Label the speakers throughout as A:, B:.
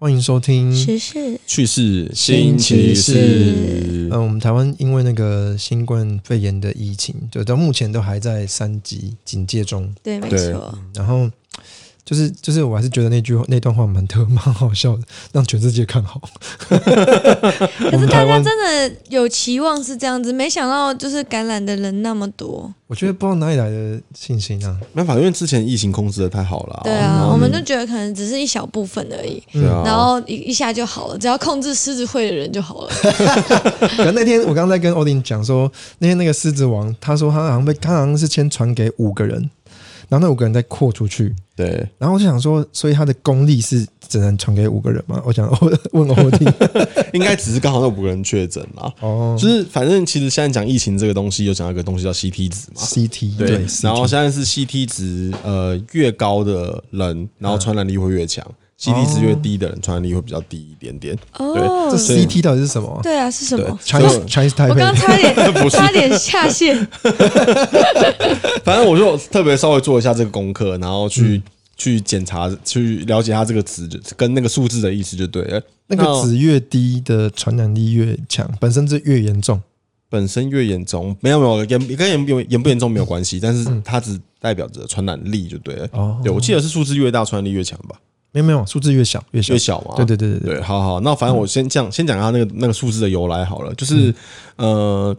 A: 欢迎收听。
B: 时事
C: 去世
A: 星期四
C: 四
A: 嗯，我们台湾因为那个新冠肺炎的疫情，就到目前都还在三级警戒中。
B: 对，没
C: 对
B: 错，
A: 然后就是就是，我还是觉得那句话那段话蛮特蛮好笑的，让全世界看好。
B: 可是大家真的有期望是这样子，没想到就是感染的人那么多。
A: 我觉得不知道哪里来的信心啊。
C: 没办法，因为之前疫情控制的太好了、
B: 对
C: 然
B: 啊，
C: 后
B: 我们就觉得可能只是一小部分而已，
C: 对啊，
B: 然后一一下就好了，只要控制狮子会的人就好了。
A: 可能那天我刚才跟欧丁讲说，那天那个狮子王，他说他好像被他好像是先传给五个人，然后那五个人再扩出去，
C: 对，
A: 然后我就想说，所以他的功力是只能传给五个人吗？我想我问欧丁，
C: 应该只是刚好那五个人确诊啦。
A: 哦，
C: 就是反正其实现在讲疫情这个东西，有讲到一个东西叫 CT 值嘛。
A: CT
C: 对，然后
A: CT
C: 现在是 CT 值呃越高的人，然后传染力会越强、c t 值越低的人，传染力会比较低一点点。
B: 哦
A: 这，CT 到底是什什么
B: 对啊，是什么？
A: ？Chinese Chinese
B: 我刚
A: Taipei
B: 刚差点差点下线，
C: 反正我就特别稍微做一下这个功课，然后去、去检查、去了解它这个值跟那个数字的意思就对了。
A: 那个值越低的传染力越强，本身是越严重。
C: 本身越严重，没有没
A: 嗯
C: 有严跟严严严不严重没有关系，但是它只代表着传染力就对了。
A: 哦
C: 对，我记得是数字越大，传染力越强吧？
A: 没有没有，数字越小越小
C: 越。小嘛？
A: 对对对对对，嗯
C: 对，好好，那反正我先讲，先讲它那个那个数字的由来好了，就是、
A: 嗯
C: 呃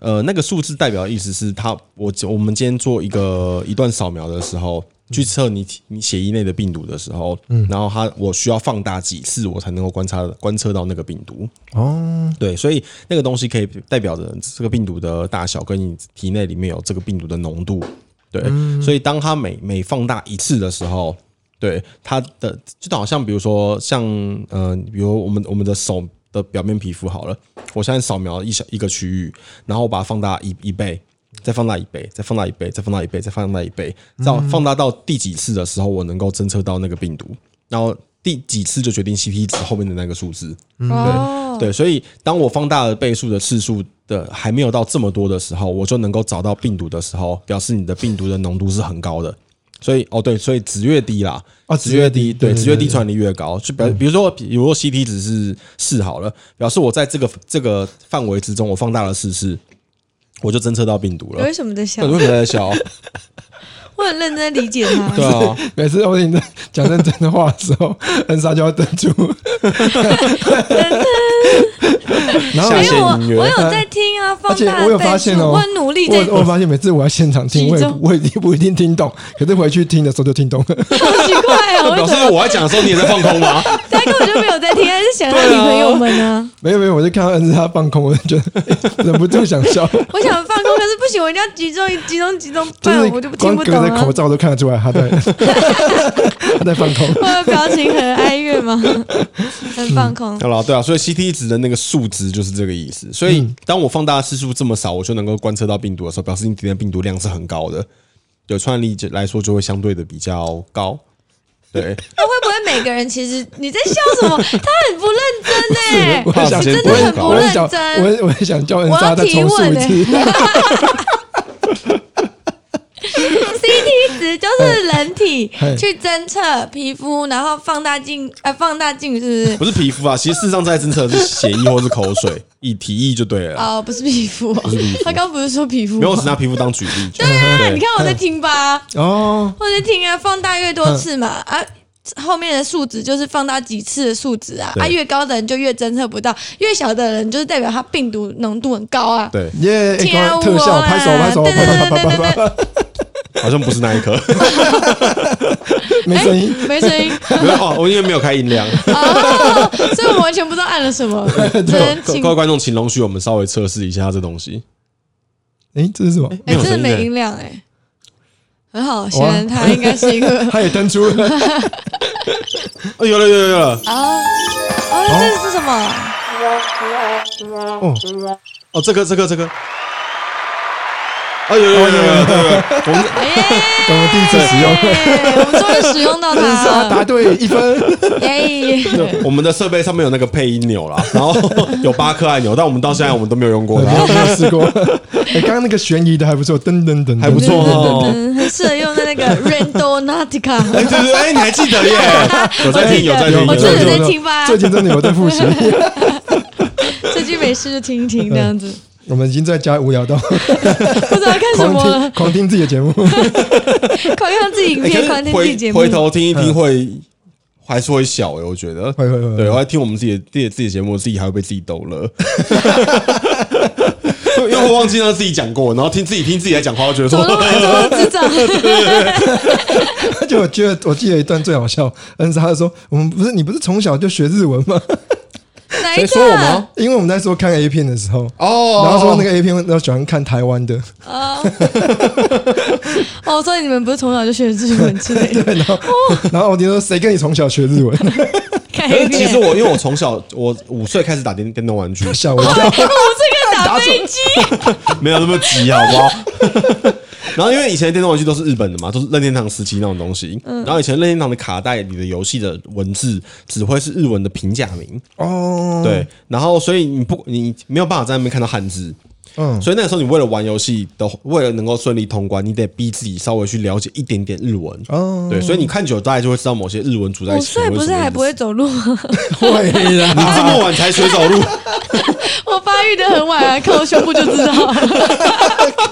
C: 呃，那个数字代表的意思是它，我我们今天做一个一段扫描的时
A: 嗯
C: 候，去测你体你血液内的病毒的时候，然后它我需要放大几次，我才能够观察观测到那个病毒。
A: 哦，
C: 对，所以那个东西可以代表着这个病毒的大小，跟你体内里面有这个病毒的浓度。对，所以当它每每放大一次的时候，对它的就好像比如说像呃，比如我们我们的手的表面皮肤好了，我现在扫描一小一个区域，然后我把它放大一一倍。再放大一倍，再放大一倍，再放大一倍，再放大一倍，到放大到第几次的时候，我能够侦测到那个病毒，然后第几次就决定 CT 值后面的那个数字。
A: 嗯
B: 哦，
C: 对，所以当我放大了倍数的次数的还没有到这么多的时候，我就能够找到病毒的时候，表示你的病毒的浓度是很高的。所以哦，对，所以值越低啦，
A: 哦
C: 值越低，
A: 对
C: 对，
A: 对嗯
C: 值越低传染力越高。就表，比如说，比如说 CT 值是四好了，表示我在这个这个范围之中，我放大了四次，我就侦测到病毒
B: 你
C: 了。
B: 为什么在笑
C: 那？你为什么在笑？
B: 我很认真地理解他
C: 对。啊，
A: 每次欧婷在讲认真的话的时候，恩莎就要登住。然后
C: 下
B: 没有，
C: 线
B: 我
C: 音乐
B: 我有在听啊，放
A: 而且
B: 大
A: 我有
B: 倍
A: 发现
B: 数
A: 哦，
B: 我很努力在
A: 我我发现每次我要现场听，
B: 集
A: 我也
B: 中
A: 不我一定不一定听懂，可是回去听的时候就听懂了。
B: 好奇怪哦，
C: 表
B: 为
C: 示
B: 什么？
C: 我在讲的时候你也在放空吗？
B: 大家根本就没有在听，还是想让
C: 对
B: 女
C: 啊
B: 朋友们啊。
A: 没有没有，我就看到恩莎放空，我就觉得哎忍不住想笑。
B: 我想放空，可是不行，我一定要集中、集中、集中，不
A: 就
B: 然
A: 是
B: 我就不听
A: 光
B: 不
A: 隔
B: 懂
A: 着
B: 啊
A: 口。罩都看得出来他在他在放空。
B: 我的表情很哀怨吗？很放空。
C: 好 了，对啊，所以 CT 值的那个数值就是这个意思。所
B: 嗯
C: 以当我放大次数这么少，我就能够观测到病毒的时候，表示你体内病毒量是很高的，对传染力就来说就会相对的比较高。对，
B: 那会不会每个人其实你在笑什么？他很不认真 哎、
A: 我想，
C: 时间
A: 我
C: 不够
A: 也我也想
B: 真的很，
A: 我
B: 不认
A: 也我也想叫恩莎再重述一
B: 欸
A: 次。
B: CT 值就是人 体
A: 嘿
B: 去侦测皮肤，然后放大镜，呃，放大镜是不是？
C: 不是皮肤啊，其实事实上在侦测的是血液或是口水，以体液就对了。
B: 哦，不是皮肤、哦
C: 不是皮，肤
B: 他刚不是说皮肤、
C: 没有，我
B: 哦
C: 只？拿皮肤当举例。对
B: 啊， 你看我在听吧，
A: 哦，
B: 我在听啊，放大越多次嘛
A: 嗯
B: 啊。后面的数值就是放大几次的数值啊，
C: 对
B: 啊，越高的人就越侦测不到，越小的人就是代表他病毒浓度很高啊。
C: 对，
A: 耶！
B: 天
A: 哎
B: 啊
A: 光特效，拍手拍手
B: 对对
A: 拍手
B: 对对
A: 拍手
B: 对
A: 拍手，
C: 好像不是那一颗，
A: 没
B: 哎
A: 声音。
B: 没声 音，
C: 没有哦，我因为没有开音量。
B: 哦，所以我完全不知道按了什 么，只能
C: 各
B: 请
C: 各位观众，请容许我们稍微测试一下这东西。
A: 哎，这是什么？
B: 哎、
C: 没有
B: 真的
C: 声音欸
B: 没
C: 的
B: 音量哎、很好，显然他应该是 一个
A: 他也登出了。
C: 哦，有了有了有了，
B: 啊啊，这是什么？
A: 哦，
C: 哦，这个这个这个，啊，有有有有有有，有我们
B: 哎，
A: 我们第一次使用，
B: 我们终于使 用到它
A: 但是他答
B: 了，
A: 对一分。
B: 耶！
C: 我们的设备上面有那个配音钮啦，然后有八颗按钮，但我们到现在我们都没有用过
A: 我没有
C: 它，
A: 没有试过。哎，刚刚那个悬疑的还不错，噔噔噔，
C: 还不错哦。
B: 嗯，很适合用在那个 Randonautica。
C: 哎，对对，哎，你还记得耶？有在听，有在听，
B: 我
C: 有
B: 真
C: 在
B: 的
C: 听。
B: 有在听吧
A: 最近真的有在复 习，
B: 最近没事就听一听这样 子，
A: 我们已经在家无聊到
B: 不知道看什
A: 狂
B: 么了
A: 听，狂听自己的节目。
B: 狂看自己影
C: 哎
B: 片，
C: 可
B: 狂
C: 是
B: 听自己节
C: 回
B: 目。
C: 回头听一听会还是会小哎，我觉得
A: 会会会
C: 对，我在听我们自己的自己的自己的节目，自己还会被自己逗乐。因为会忘记让自己讲过，然后听自己听自己在讲话，我觉得
B: 怎
C: 说
B: 么那么 怎么那么智障？
A: 而且我觉得我记得一段最好笑，恩莎说：“我们不是你不是从小就学日文吗？
B: 哪一个？
C: 谁说我吗？
A: 因为我们在说看 A 片的时候，
C: 哦，
A: 然后说那个 A 片都喜欢看台湾的，
B: 啊！ 哦，所以你们不是从小就学日文之类的？
A: 对，然后然后我听说谁跟你从小学日文，
B: 看
C: 可是
B: 一
C: 哎其
B: 遍。
C: 实我因为我从小我五岁开始打电电动玩具，
A: 吓我一跳，
B: 我这个打飞 机，
C: 没有那么急，好不好？ 然后因为以前的电动玩具都是日本的嘛，都是任天堂时期那种东西。
B: 嗯
C: 然后以前任天堂的卡带里的游戏的文字只会是日文的平假名，
A: 哦，
C: 对。然后所以你不你没有办法在那边看到汉字，
A: 嗯，
C: 所以那个时候你为了玩游戏的，为了能够顺利通关，你得逼自己稍微去了解一点点日文。
A: 哦，
C: 对，所以你看久了，大概就会知道某些日文组在一
B: 五
C: 起。
B: 岁不是还不会？走路啊吗？
A: 会啦，
C: 你这么晚才学走路，
B: 我发育的很晚啊，看我胸部就知道 啊。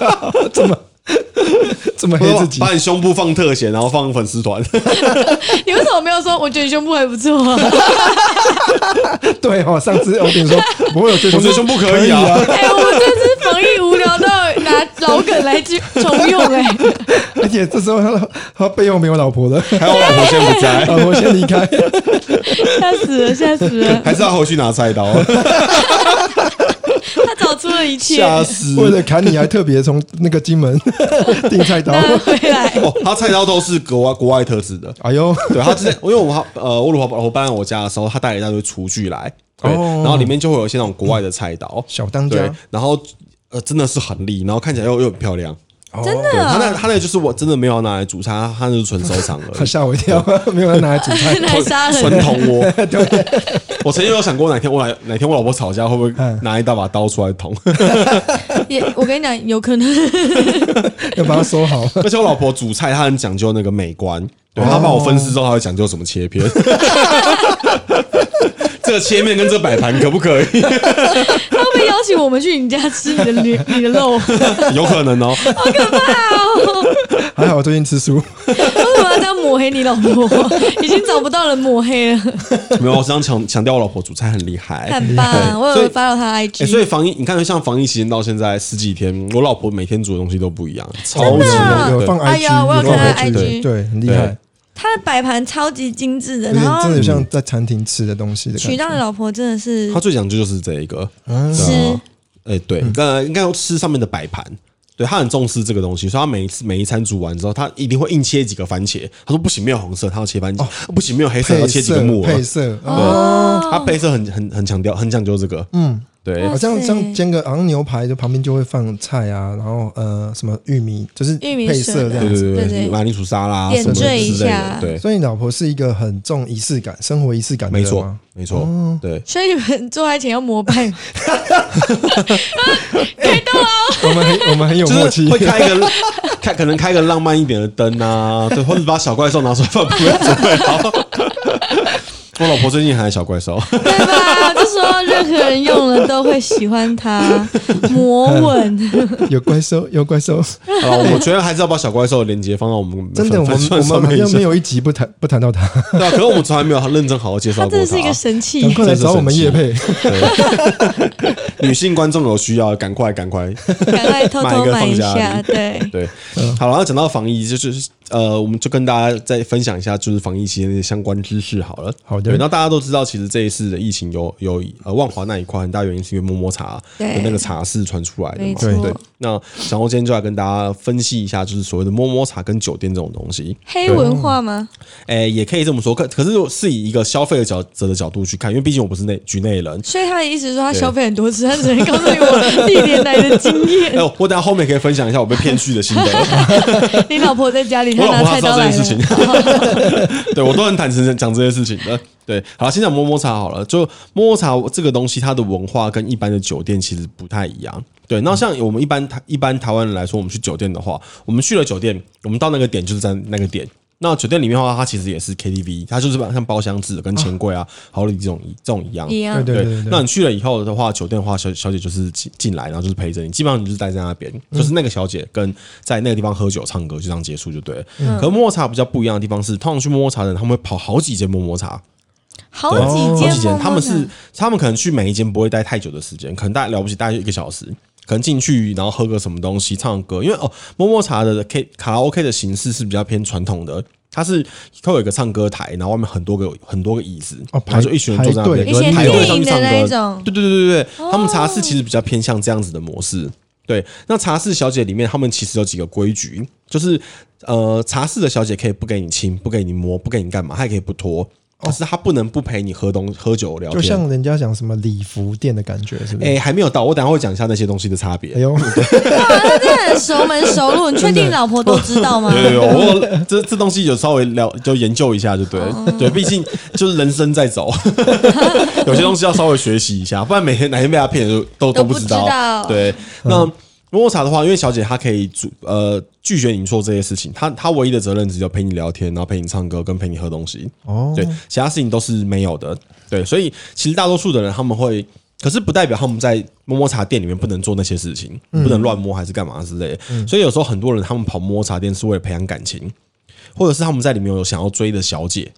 A: 这 么黑自己
C: 把，你胸部放特写，然后放粉丝团。
B: 你为什么没有说？我觉得你胸部还不错啊。
A: 对哦，上次欧弟说不会有追
C: 我觉得胸部可以啊，
B: 哎、我真是防疫无聊到拿老梗来去重用哎、
A: 而且这时候他他背后没有老婆了，
C: 还有我老婆现在不在。
A: 老婆先离开，
B: 吓死了，吓死了！
C: 还是要回去拿菜刀，
B: 他找出了一切，
C: 吓死！
A: 为了砍你还特别从那个金门 订菜刀，
B: 那回来
C: 哦，他菜刀都是国外国外特制的。
A: 哎呦，
C: 对他之前，因为我们呃，我老婆我搬来我家的时候，他带了一大堆厨具来，对，
A: 哦
C: 然后里面就会有一些那种国外的菜刀，
A: 小当家
C: 对，然后呃，真的是很利，然后看起来又又很漂亮。
B: 真
C: 哦对，他那
B: 的
C: 他那就是我真的没有拿来煮菜，他他就是纯收藏而
A: 他
C: 已。
A: 吓我一跳，没有人拿来煮 菜。
B: 来杀
C: 纯
B: 人，
C: 铜窝，我曾经有想过哪天我来哪天我老婆吵架会不会
A: 嗯
C: 拿一大把刀出来捅？
B: 也我跟你讲，有 可能
A: 要把它收好。
C: 而且我老婆煮菜她很讲究那个美观，对，她帮我分尸之后，她会讲究什么切片。 这个切面跟这摆盘可不可以？
B: 他会不会邀请我们去你家吃你的驴、你的肉？好
C: 有可能哦。
B: 可怕哦！
A: 还好我最近吃素，
B: 为什么要这样抹黑你老婆？ 已经找不到人抹黑了，
C: 没有，我想强强调我老婆煮菜很厉害。
B: 很棒！我
C: 哎所以
B: 有发到他的
C: 哎、所
B: IG，
C: 以防疫，你看，像防疫期间到现在十几天，我老婆每天煮的东西都不一样，超级
B: 真的啊
C: 多
A: 有放
B: 哎
A: IG，
B: 呀我有
A: 有放
C: 看他
A: IG，
B: IG
A: 对，很厉害，
B: 他的摆盘超级精致的，
A: 有
B: 然
A: 点
B: 后
A: 真的有像在餐厅吃的东西的
B: 娶
A: 感觉。
B: 到的老婆真的是
C: 她最讲究就是这一个，
B: 吃
C: 对啊哎、对，应该应该要吃上面的摆盘。对他很重视这个东西，所以他每一次每一餐煮完之后，他一定会硬切几个番茄。他说不行，没有红色，他要切番茄；不行，没有黑色，要
A: 配
C: 切几个木
A: 色，
C: 耳
A: 配。色，
C: 对，
A: 哦
C: 他配色很很很强调，很讲究这个。
A: 嗯，
C: 对
B: 哇
A: 好像
B: 塞
A: 像煎个昂牛排，就旁边就会放菜啊，然后呃什么玉米，就是
B: 玉米啊
A: 配色
B: 色
A: 这
B: 的
A: 样
C: 对
A: 子。
C: 对
B: 对
C: 对，
B: 对
C: 马铃薯沙拉啊
B: 点
C: 什么之
B: 缀一
C: 类的
B: 下。
C: 对，
A: 所以你老婆是一个很重仪式感、生活仪式感的
C: 没
A: 人吗
C: 错，没错。
A: 哦
C: 对，
B: 所以你们做爱前要膜拜 吗，
A: 我们很我们很有默
C: 就是
A: 契
C: 会。开一个开，可能开个浪漫一点的灯啊，对，或者把小怪兽拿出来放，不要准备好。我老婆最近还有小怪兽，
B: 对吧？就说任何人用了都会喜欢 它，魔吻。
A: 有怪兽，有怪兽，
C: 好了，我觉得还是要把小怪兽的连接放到我们
A: 真的，我
C: 粉
A: 们
C: 丝团
A: 我
C: 上
A: 们好
C: 面一
A: 像
C: 下
A: 没有一集不谈不谈到 他，
C: 对啊，可是我们从来没有认真好好介绍
B: 它
C: 过
B: 真的是一个
C: 他。
B: 神器
A: 赶，快来找我们叶配。
C: 对女性观众有需要，赶快赶快。
B: 赶快偷偷买一
C: 买一个放家
B: 下。
C: 里
B: 对，
C: 对，
A: 嗯
C: 好，然后讲到防疫，就是呃，我们就跟大家再分享一下，就是防疫期间的相关知识好了。
A: 好的
C: 对，那大家都知道，其实这一次的疫情有有呃万华那一块很大原因是因为摸摸茶
B: 对
C: 的那个茶室传出来的
B: 没
C: 嘛。
B: 错
A: 对
C: 对，那然后今天就来跟大家分析一下，就是所谓的摸摸茶跟酒店这种东西。
B: 黑文化吗？
C: 诶、也可以这么说，可可是是以一个消费者角者的角度去看，因为毕竟我不是内局内人。
B: 所以他的意思是说，他消费很多次，他只能告诉你我历年来的经
C: 哎、
B: 验。
C: 呦，我等下后面可以分享一下我被骗去的心得。
B: 你老婆在家里，他
C: 我老
B: 拿
C: 婆她
B: 菜
C: 知道
B: 刀
C: 这
B: 来
C: 件事情
B: 了。，
C: 对我都很坦诚地讲这件事情的。对，好，先讲摸摸茶好了。就摸摸茶这个东西，它的文化跟一般的酒店其实不太一样。对，那像我们一般台一般台湾人来说，我们去酒店的话，我们去了酒店，我们到那个点就是在那个点。那酒店里面的话，它其实也是 KTV，它就是像包厢制的跟钱柜啊、好礼这种这种一样。
B: 一
A: 对
B: 样，
A: 对对对，
C: 那你去了以后的话，酒店的话，小小姐就是进进来，然后就是陪着你，基本上你就是待在那边，
A: 嗯
C: 就是那个小姐跟在那个地方喝酒、唱歌，就这样结束就对了。
A: 嗯
C: 可是摸摸茶比较不一样的地方是，通常去摸摸茶的人，他们会跑好几间摸摸茶，
B: 好
C: 对
B: 几
C: 哦好
B: 间
C: 几间，
B: 摸摸
C: 他们
B: 茶
C: 是他们可能去每一间不会待太久的时间，可能大了不起大概就一个小时。可能进去，然后喝个什么东西，唱歌，因为哦，摸摸茶的 K 卡拉 OK 的形式是比较偏传统的，它是它有一个唱歌台，然后外面很多个很多个椅子，
A: 哦
C: 然后就一群人坐在那边，
A: 排队
B: 以前
C: 排队
B: 电
C: 上
B: 影
C: 去
B: 的
C: 唱
B: 那一
C: 歌，
B: 种，
C: 对对对对对，他们茶室其实比较偏向这样子的模式。对，那茶室小姐里面，他们其实有几个规矩，就是呃，茶室的小姐可以不给你亲，不给你摸，不给你干嘛，她也可以不脱，可是她不能不陪你喝东喝酒聊
A: 哦就
C: 天。
A: 像人家讲什么礼服店的感觉，是不是？
C: 哎、还没有到，我等一下会讲一下那些东西的差别
A: 哎。呦，
B: 哇，那真的很熟门熟路。你确定老婆都知道吗？
C: 有有有，我这 这东西有稍微了就研究一下就对了，对，毕竟就是人生在走， 有些东西要稍微学习一下，不然每天哪天被他骗就都
B: 都
C: 都
B: 不
C: 不
B: 知
C: 知
B: 道
C: 道。对，那摸摸茶的话，因为小姐她可以主呃拒绝你做这些事情，她她唯一的责任只有陪你聊天，然后陪你唱歌跟陪你喝东西。
A: 哦，
C: 对，其他事情都是没有的。对，所以其实大多数的人他们会，可是不代表他们在摸摸茶店里面不能做那些事情，不能乱摸还是干嘛之类的。所以有时候很多人他们跑摸摸茶店是为了培养感情，或者是他们在里面有想要追的小姐。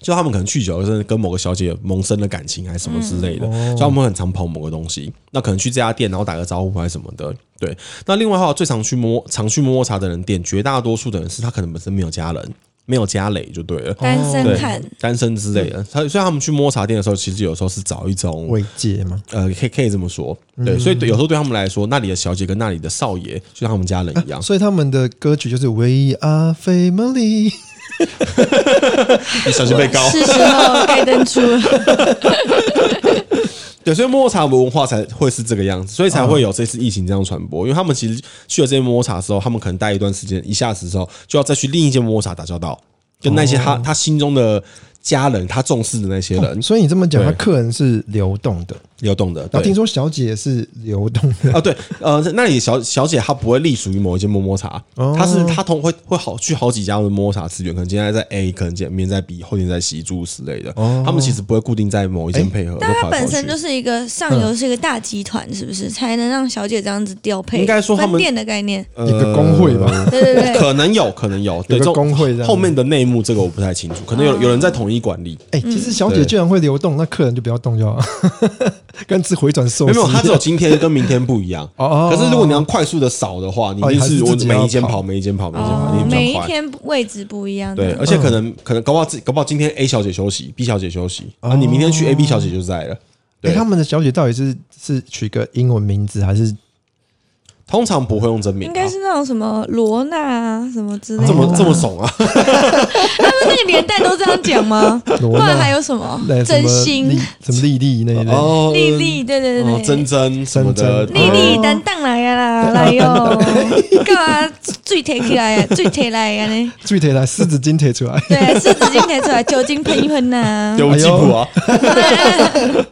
C: 就他们可能去久了，真的跟某个小姐萌生了感情，还是什么之类的，所以他们会很常跑某个东西。那可能去这家店，然后打个招呼还是什么的。对，那另外的话，最常去摸、常去摸摸茶的人店，绝大多数的人是他可能本身没有家人，没有家累就对了。
B: 单嗯身汉，
C: 单身之类的。他所以他们去摸茶店的时候，其实有时候是找一种
A: 慰藉嘛，
C: 呃，可以可以这么说，对。
B: 嗯
C: 所以对有时候对他们来说，那里的小姐跟那里的少爷就像他们家人一样。
A: 所以他们的歌曲就是 We Are Family，
C: 你小心被告。
B: 是时候该登出 了。
C: 对，所以摸茶文化才会是这个样子，所以才
B: 哦
C: 会有这次疫情这样传播。因为他们其实去了这些摸茶之后，他们可能待一段时间，一下子之后就要再去另一间摸茶打交道，跟那些他、
B: 哦
C: 他心中的家人，他重视的那些人，
A: 所以你这么讲，他
C: 对
A: 客人是流动的，
C: 流动的。
A: 然后
C: 对
A: 听说小姐是流动的，
C: 啊，对，呃，那里小小姐她不会隶属于某一间摸摸茶，
A: 哦
C: 她是她同会会好去好几家的摸摸茶资源，可能今天在 A，可能今天在 B，后天在 C 诸如此类的，
A: 哦
C: 他们其实不会固定在某一间
A: 哎
C: 配合，
B: 但
C: 就跑
B: 它
C: 来跑
B: 本身
C: 去
B: 就是一个上游是一个大集团，是不是才能让小姐这样子调配？
C: 应该说他们
B: 分店的概念，
A: 一个工会吧
C: 呃
B: 对对对，
C: 可能有，可能有，
A: 有
C: 对，这
A: 个
C: 种
A: 工会这样。
C: 后面的内幕这个我不太清楚，可能
B: 哦
C: 有有人在统一管理，
A: 哎、
B: 嗯
A: 其实小姐
C: 对
A: 居然会流动，那客人就不要动就好，跟吃回转寿
C: 没
A: 司
C: 有，没有，它只有
A: 哦
C: 今天跟明天不一样。
A: 哦。
C: 可是如果你要快速的扫的话，你
A: 哦
C: 一定
A: 还是
C: 是
A: 自
C: 我
A: 己要
C: 每一间
A: 跑
C: 跑，每一间跑，每一间跑，
B: 哦
C: 呃你
B: 每
C: 比
B: 一
C: 较快。
B: 天位置不一样啊
C: 对，
B: 的，
C: 而且可
B: 嗯
C: 能可能搞不好自搞不好今天 A 小姐休息，B 小姐休息，
B: 哦
C: 啊，你明天去 A、B 小姐就在了。
A: 哎、
C: 对，
A: 他们的小姐到底是是取个英文名字还是
C: 通常不会用真名
B: 应
C: 啊，
B: 该是那种什么罗娜啊什么之类的。
C: 这么这么 怂啊？
B: 他们那个年代都这样讲 吗？不
A: 罗
B: 然还
A: 娜？
B: 有什么
A: 那什
B: 真
A: 么
B: 心
A: 丽、什么丽丽那一类？
C: 哦
B: 丽丽？对对
C: 哦
B: 对，，
C: 珍珍什么的，
A: 珍珍
B: 丽
C: 哦
B: 丽担当来呀啦，来哟，干嘛最贴起来呀，最贴来呀呢？
A: 具体来狮子精贴出来，
B: 对，啊湿纸巾贴出来，酒精喷一喷呐。
C: 丢吉普啊！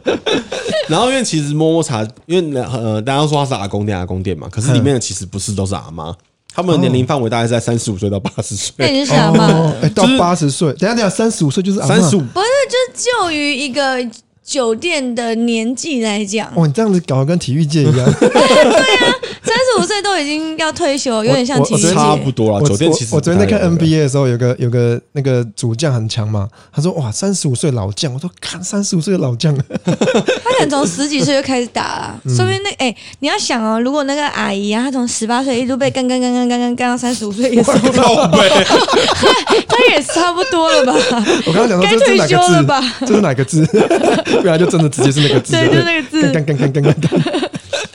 C: 然后因为其实摸摸茶，因为呃，大家说它是阿公店阿公店嘛，可是里面的其实不是都是阿妈，他们的年龄范围大概在三十五岁到八十
B: 那
C: 岁，
B: 你是啥嘛？
A: 哎、到
C: 就是
A: 八十岁，等一下等一下，三十五岁就是阿嬷
C: 三十五
B: 不是，就是就于一个酒店的年纪来讲，
A: 哦哇，你这样子搞得跟体育界一样，
B: 三十五岁都已经要退休，有点像
A: 我
B: 体育
A: 我
C: 差不
B: 界。
C: 多啦。
A: 我
C: 酒店其实
A: 我我昨天在看
C: 不太一样
A: NBA 的时候，有个有个那个主将很强嘛，他说哇三十五岁老将，我说看三十五岁的老将，
B: 他可能从十几岁就开始打了，说不定那哎、你要想哦，如果那个阿姨啊，她从十八岁一路被干干干干干干干到三十五岁，也是
C: 靠背，
B: 她也差不多 了吧？
A: 我刚刚讲说
B: 该
A: 这是
B: 退
A: 哪
B: 休了吧
A: 个？字？这是哪个字？ 不然就真的直接是那个字了，
B: 对，就那个字。
A: 干干干干干干，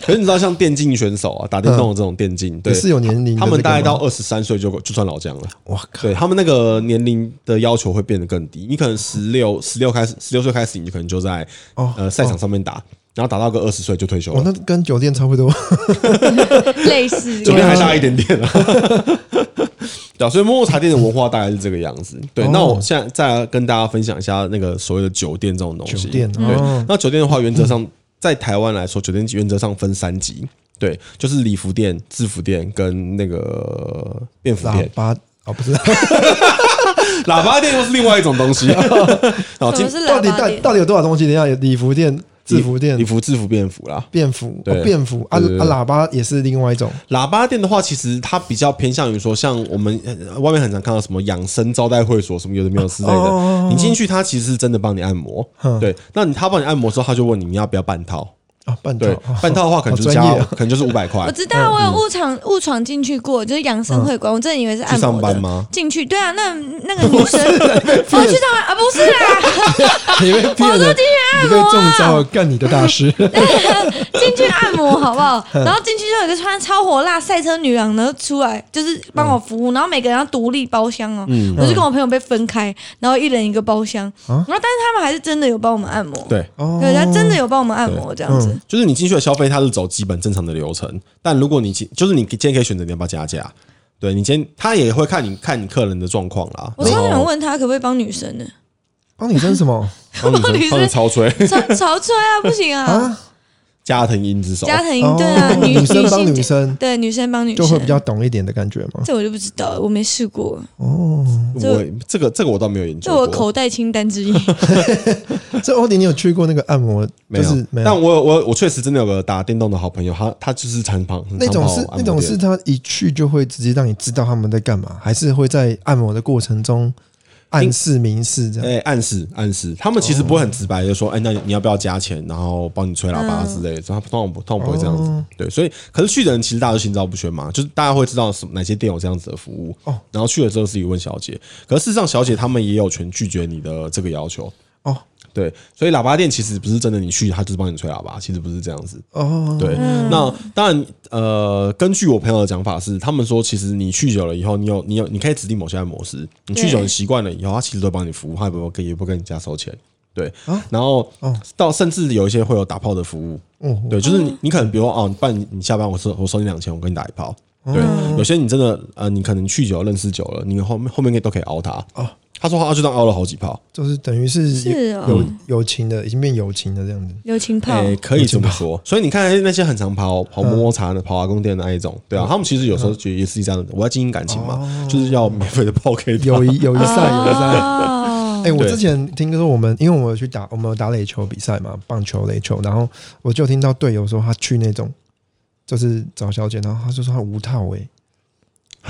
C: 可是你知道，像电竞选手啊，打电动的这种电竞，
A: 嗯
C: 对，
A: 也是有年龄的这个吗，
C: 他们大概到二十三岁就就算老将了。
A: 哇靠，
C: 对他们那个年龄的要求会变得更低，你可能十六十六开始十六岁开始，你可能就在、
A: 哦
C: 呃赛场上面打，然后打到个二十岁就退休
A: 哦
C: 了，
A: 那跟酒店差不多，
B: 类似，
C: 酒店还大一点点啊。 对啊，所以摸摸茶店的文化大概是这个样子。对，
A: 哦
C: 那我现在再来跟大家分享一下那个所谓的酒店这种东西。
A: 酒店
C: 对
A: 哦，
C: 那酒店的话，原则上在台湾来说，酒店原则上分三级，对，就是礼服店、制服店跟那个便服
A: 喇
C: 店。
A: 叭哦不是，
B: 啊
C: 喇叭店又是另外一种东西。然后
B: 什
C: 进
B: 么是
A: 到
B: 喇
A: 底
B: 叭
A: 到
B: 店？
A: 到底有多少东西？等一下有礼服店、制服店
C: 礼、服、制服、便服啦。
A: 便服、
C: 对
A: 哦便服啊啊，
C: 对对对
A: 喇叭也是另外一种，
C: 喇叭店的话，其实它比较偏向于说，像我们呃外面很常看到什么养生招待会所什么有的没有之类
A: 哦
C: 的，你进去它其实是真的帮你按摩
A: 嗯。
C: 对，那你他帮你按摩之后，他就问你你要不要半套？
A: 啊，半套
C: 对，半套的话可能就是
A: 好专
C: 加
A: 业啊，
C: 可能就是五百块
B: 我。知道，我
C: 嗯
B: 有误闯误闯进去过，就是养生会馆，我真的以为是按摩的
C: 去上班吗
B: 进去，对啊，那那个女生， 我去上班啊，不 是啦，
A: 你被骗
B: 我
A: 了，
B: 说进去
A: 你被中招了，干你的大师，
B: 进去按摩好不好？
C: 嗯
B: 然后进去就有一个穿超火辣赛车女郎，然后出来就是帮我服
C: 嗯
B: 务，然后每个人要独立包厢哦，我就跟我朋友被分开，然后一人一个包厢，然后但是他们还是真的有帮我们按摩，
C: 对，
A: 哦
B: 对，他真的有帮我们按摩这样子，
C: 就是你进去的消费，它是走基本正常的流程。但如果你进，就是你今天可以选择你要不要加价。对你今天，他也会看你看你客人的状况啦。
B: 我超
C: 然
B: 想
C: 后
B: 问他可不可以帮女生呢？
A: 帮女生什么
C: 帮
B: 到底
C: 你
B: 是
C: 帮你超吹，
B: 潮潮吹啊，不行啊！
A: 啊？
C: 加藤鹰之手，
B: 加藤鹰
A: 哦
B: 对啊，女
A: 女生帮
B: 性
A: 女生
B: 对女生帮女生
A: 就会比较懂一点的感觉吗？
B: 这我就不知道了，我没试过，这
C: 我这个这个我倒没有研
B: 这
C: 究
B: 我
C: 过，
B: 口袋清 单之一。
A: 这欧迪，你有去过那个按摩？
C: 没
A: 就
C: 有
A: 是没有
C: 但我有我有我确实真的有个打电动的好朋友，他他就是常跑
A: 那种是那种是，他一去就会直接让你知道他们在干嘛，还是会在按摩的过程中暗示明示这
C: 哎、
A: 样？
C: 暗示暗示，他们其实不会很直白，就说哎、那你你要不要加钱，然后帮你吹喇叭之
A: 嗯
C: 类的，他通常不通常不会这样子，
A: 哦
C: 对，所以可是去的人其实大家都心照不宣嘛，就是大家会知道什么哪些店有这样子的服务，
A: 哦
C: 然后去了之后自己问小姐，可是事实上小姐他们也有权拒绝你的这个要求。
A: 哦
C: 对，所以喇叭店其实不是真的，你去他就是帮你吹喇叭，其实不是这样子。
A: 哦，
C: 对，那当然，呃，根据我朋友的讲法是，他们说其实你去久了以后，你有你有你可以指定某些按摩师，你去久
B: 对
C: 了你习惯了以后，他其实都会帮你服务，他也不会跟也不会跟你加收钱。对
A: 啊，
C: 然后
A: 哦
C: 到甚至有一些会有打炮的服务，
A: 哦，
C: 对，就是你你可能比如说哦，你办你下班我收我收你两千，我跟你打一炮。
A: 哦
C: 对，有些你真的呃，你可能去久了认识久了，你后面后面都可以熬他。
A: 哦
C: 他说他就当熬了好几炮，
A: 就是等于是
B: 是嗯
A: 有
B: 哦
A: 有友情的，已经变友情的这样子。
B: 流情炮
C: 哎、，可以这么说。嗯所以你看那些很常跑跑摸摸茶的、跑阿公店的那一种，对啊，他们其实有时候觉得也是这样的，我要经营感情嘛，就是要免费的泡给他
A: 友谊友谊赛，友谊赛。
B: 哦
A: 哎、我
C: 对
A: 之前听说我们，因为我们有去打，我们有打垒球比赛嘛，棒球、垒球，然后我就听到队友说他去那种，就是找小姐，然后他就说他无套哎、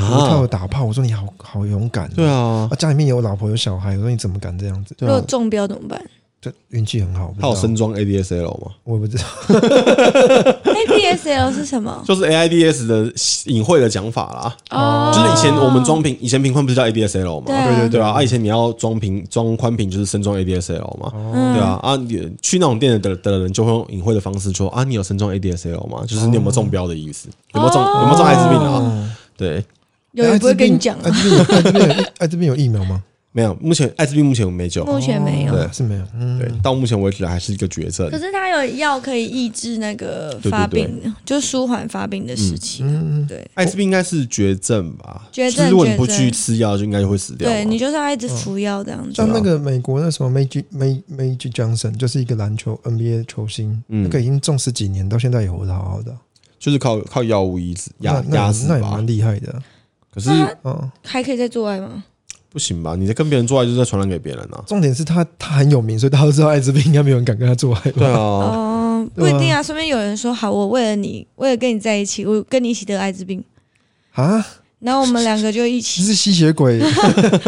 A: 无套
C: 啊，
A: 打炮，我说你好好勇敢、
C: 对啊
A: 啊，，家里面有老婆有小孩，我说你怎么敢这样子？
B: 如果中标怎么办
A: 这运气很好，我不知
C: 他
A: 道
C: 有身装 ADSL 吗？
A: 我不知道，
B: 哎？ADSL 是什么？
C: 就是 AIDS 的隐晦的讲法啦。
B: 哦，
C: 就是以前我们装屏，以前屏宽不是叫 ADSL 嘛？
B: 对啊对对
C: 对啊，啊以前你要装屏装宽屏就是身装 ADSL 嘛，
B: 哦嗯
C: 对啊啊，你去那种店的的人就会用隐晦的方式说啊，你有身装 ADSL 吗？就是你有没有中标的意思，
B: 哦
C: 有没有中有没有中艾滋病啊？对，
B: 有人不会跟你讲
A: 艾
B: 啊？
A: 滋病艾滋病有艾滋病有疫苗吗？
C: 没有，目前艾滋病目前没救，
A: 哦
B: 目前没有，
C: 对
A: 是没有，嗯，
C: 对，到目前为止还是一个绝症
B: 可。是它有药可以抑制那个发病，就是舒缓发病的时期。啊
A: 嗯
B: 对
C: 艾滋病应该是绝症吧？
B: 绝症
C: 就是如果你不
B: 绝
C: 去
B: 症
C: 吃药，就应该就会死掉嘛。
B: 对，你就是要一直服药这样子
A: 像。嗯那个美国那什么 Magic Mag Magic Johnson 就是一个篮球 NBA 球星，那个已经中十几年，到现在也活得好好的，
C: 就是靠靠药物医治压
A: 那那
C: 压死
A: 那也
C: 吧
A: 蛮。厉害的，
C: 可是
B: 那他
A: 嗯，
B: 还可以再做爱吗？
C: 不行吧？你在跟别人做爱，就是在传染给别人 啊。
A: 重点是他他很有名，所以大家都知道艾滋病，应该没有人敢跟他做爱
C: 对
A: 吧？
C: 啊，
B: 哦，不一定啊，说不定有人说好，我为了你，为了跟你在一起，我跟你一起得艾滋病，
A: 啊，
B: 然后我们两个就
A: 这
B: 一 起。
A: 是吸血鬼，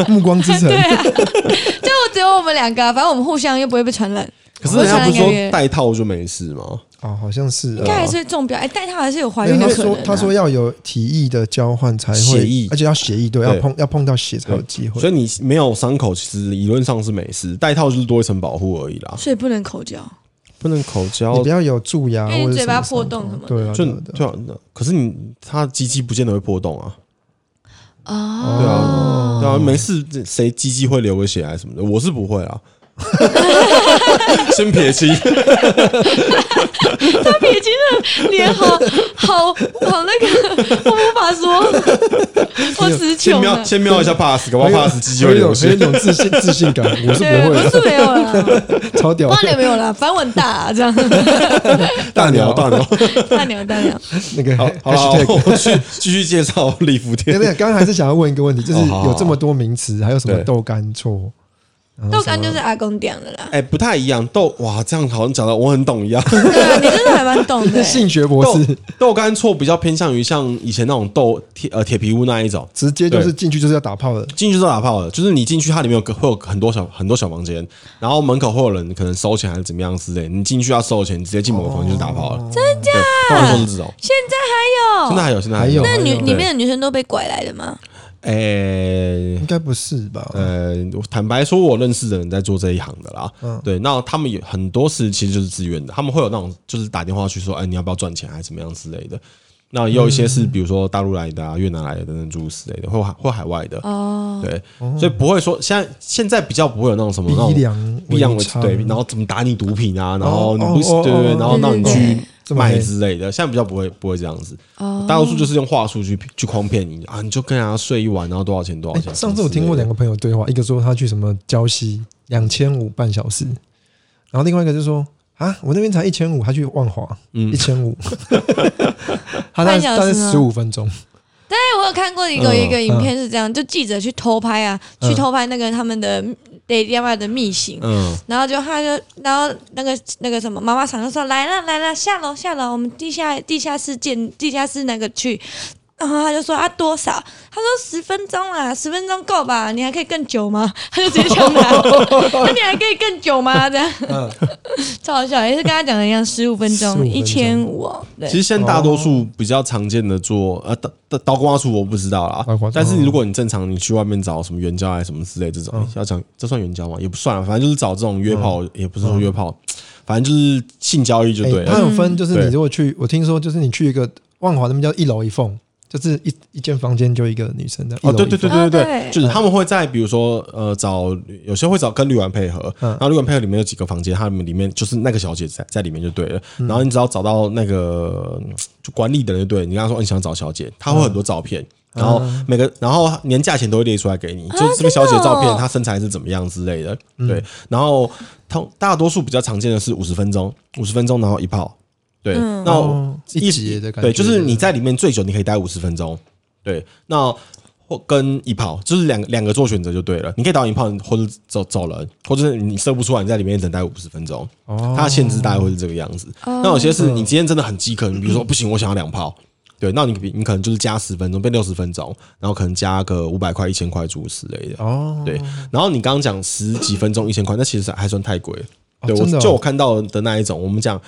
A: 暮光之城
B: 对。啊， 就只有我们两个、啊，反正我们互相又不会被传染。
C: 可是人家不是
B: 我想应该
C: 说戴套就没事吗？
A: 哦，好像是
B: 应。该还是会中标，哎、但他还是有怀
A: 没
B: 孕
A: 有
B: 的
A: 他
B: 可能、
A: 说
B: 啊
A: 他说要有体液的交换才
C: 血
A: 会
C: 液，
A: 而且要血液，对，
C: 对
A: 要碰要碰到血才有机会
C: 所。以你没有伤口，其实理论上是没事，戴套就是多一层保护而已啦，
B: 所以不能口交，
C: 不能口
A: 你
C: 交
A: 不。要有蛀牙
B: 因
A: 啊或
B: 为
A: 者
B: 你嘴巴
A: 什么
B: 破洞什么的。
A: 对啊，
C: 就
A: 对啊对啊
C: 对啊，那可是你他鸡鸡不见得会破洞啊，
B: 哦，
C: 对啊，对啊，没事，这谁鸡鸡会流个血还是什么的？我是不会啊，先撇清。
B: 他撇清的脸好好好那个，我无法说， 我词
C: 先
B: 穷啊
C: 瞄
B: 了。
C: 先瞄一下 pass，搞不好
A: 我有
C: pass 鸡鸡会
A: 有
C: 流
A: 一种有
C: 血
A: 一。种自信自信感，我是
B: 对，
A: 不
B: 我
A: 会啊
B: 是没有 啦，
A: 的，超屌
B: 我。也没有啦，反稳大、啊、这 样，
C: 大
A: 哎
C: 鸟，大鸟。
B: 大鸟大鸟，
A: 那个
C: 好，好
A: hashtag
C: 了，我去继续介绍礼服
A: 对
C: 店
A: 对，。刚刚还是想要问一个问题，就是
C: 哦好好
A: 有这么多名词，还有什么
C: 对
A: 豆干错？然后
B: 豆
A: 什么啊
B: 干就是阿公讲的啦。
C: 哎，不太一样豆哇，这样好像讲的我很懂一样。
B: 对啊，你真的还蛮懂 的、欸。
A: 性学博
C: 豆
A: 士，
C: 豆干错比较偏向于像以前那种豆铁呃铁皮屋那一种，
A: 直接就是进去就是要打炮的。
C: 进去就打炮了，就是你进去它里面有个会有很多小很多小房间，然后门口会有人可能收钱还是怎么样之类，你进去要收钱，你直接进某个房间就打炮哦了。真假？哦豆干错是这种，
B: 现在
C: 现在
B: 还有，
C: 还有，现在
A: 还有
B: 那女
A: 对
B: 里面的女生都被拐来的吗？
C: 哎
A: 应该不是吧？
C: 呃，我坦白说，我认识的人在做这一行的啦，
A: 嗯
C: 对，那他们有很多事其实就是自愿的，他们会有那种就是打电话去说，哎，你要不要赚钱，还是怎么样之类的。那也有一些
A: 嗯
C: 是比如说大陆来的啊、越南来的等等诸如此类的，或海或海外的，
B: 哦，
C: 对，所以不会说现在现在比较不会有那种什么那种
A: 鼻梁
C: 鼻梁
A: 微
C: 为
A: 差
C: 对，然后怎么打你毒品啊，然后
A: 哦
C: 你不
A: 哦哦
C: 对对对，
A: 哦
C: 然后让你
B: 对对对
C: 去
A: 这么
C: 卖
A: 黑
C: 之类的，现在比较不会不会这样子，大多数就是用话术去去诓骗你啊，你就跟人家睡一晚，然后多少钱多少
A: 哎
C: 钱。
A: 上次我听过两
C: 个，
A: 个朋友对话，一个说他去什么礁溪两千五半小时，然后另外一个就说啊，我那边才一千五，他去万华
C: 嗯
A: 一千 五，他大概
B: 半小时
A: 大概
B: 吗
A: 十五分钟，
B: 哎，我有看过一个
C: 嗯
B: 一个影片是这样，就记者去偷拍啊，
A: 嗯
B: 去偷拍那个他们的 Daddy 妈的密行，
C: 嗯，
B: 然后就他就然后那个那个什么妈妈厂就说来了来了下楼下楼，我们地下地下室见地下室那个去。然后他就说啊多少？他说十分钟啦，十分钟够吧？你还可以更久吗？他就直接抢答，那你还可以更久吗？这样，超好笑，也是跟他讲的一样，十五分
A: 15
B: 钟
A: 分钟
B: 一千五哦，对
C: 其，实现在大多
A: 哦
C: 数比较常见的做呃刀刀刀刮术我不知道啦
A: 刀刮，术
C: 但是如果你正常你去外面找什么援交啊什么之类这种，
A: 嗯
C: 要讲这算援交吗？也不算啊，反正就是找这种约炮，也不是说约炮，反正就是性交易就对
A: 哎，
C: 了
A: 它。有分，就是
C: 对
A: 你如果去，我听说就是你去一个万华那边叫一楼一凤，就是一一间房间就一个女生的。
C: 哦，
A: 一楼
C: 对
A: 一
C: 对对
A: 凤
C: 对对
B: 哦对
C: 对，就是他们会在比如说呃找有些会找跟旅馆配合，
A: 嗯
C: 然后旅馆配合里面有几个房间，他们里面就是那个小姐在在里面就对了，
B: 嗯
C: 然后你只要找到那个嗯就管理的人就对了，你跟他说哦你想找小姐，他会很多照
B: 嗯
C: 片。然后每个，然后连价钱都会列出来给你，就是这个小姐照
B: 啊真的
C: 片，
B: 哦嗯
C: 她身材是怎么样之类的，对。然后通大多数比较常见的是五十分钟，五十分钟然后一炮，对。
B: 嗯
C: 那
A: 哦一节的感觉，
C: 对，就是你在里面最久，你可以待五十分钟。对，那或跟一炮，就是两个两个做选择就对了。你可以打完一炮，或者走走人，或者是你射不出来，你在里面只能待五十分钟。
A: 哦嗯
C: 它的限制大概会是这个样子。那有些是你今天真的很饥渴，你比如说不行，我想要两炮。对，那你你可能就是加十分钟，变六十分钟，然后可能加个五百块、一千块诸如此类的。
A: 哦，
C: 对，然后你刚刚讲十几分钟一千块，那其实还算太贵了。
A: 哦
C: 对，我
A: 真的哦
C: 就我看到的那一种，我们讲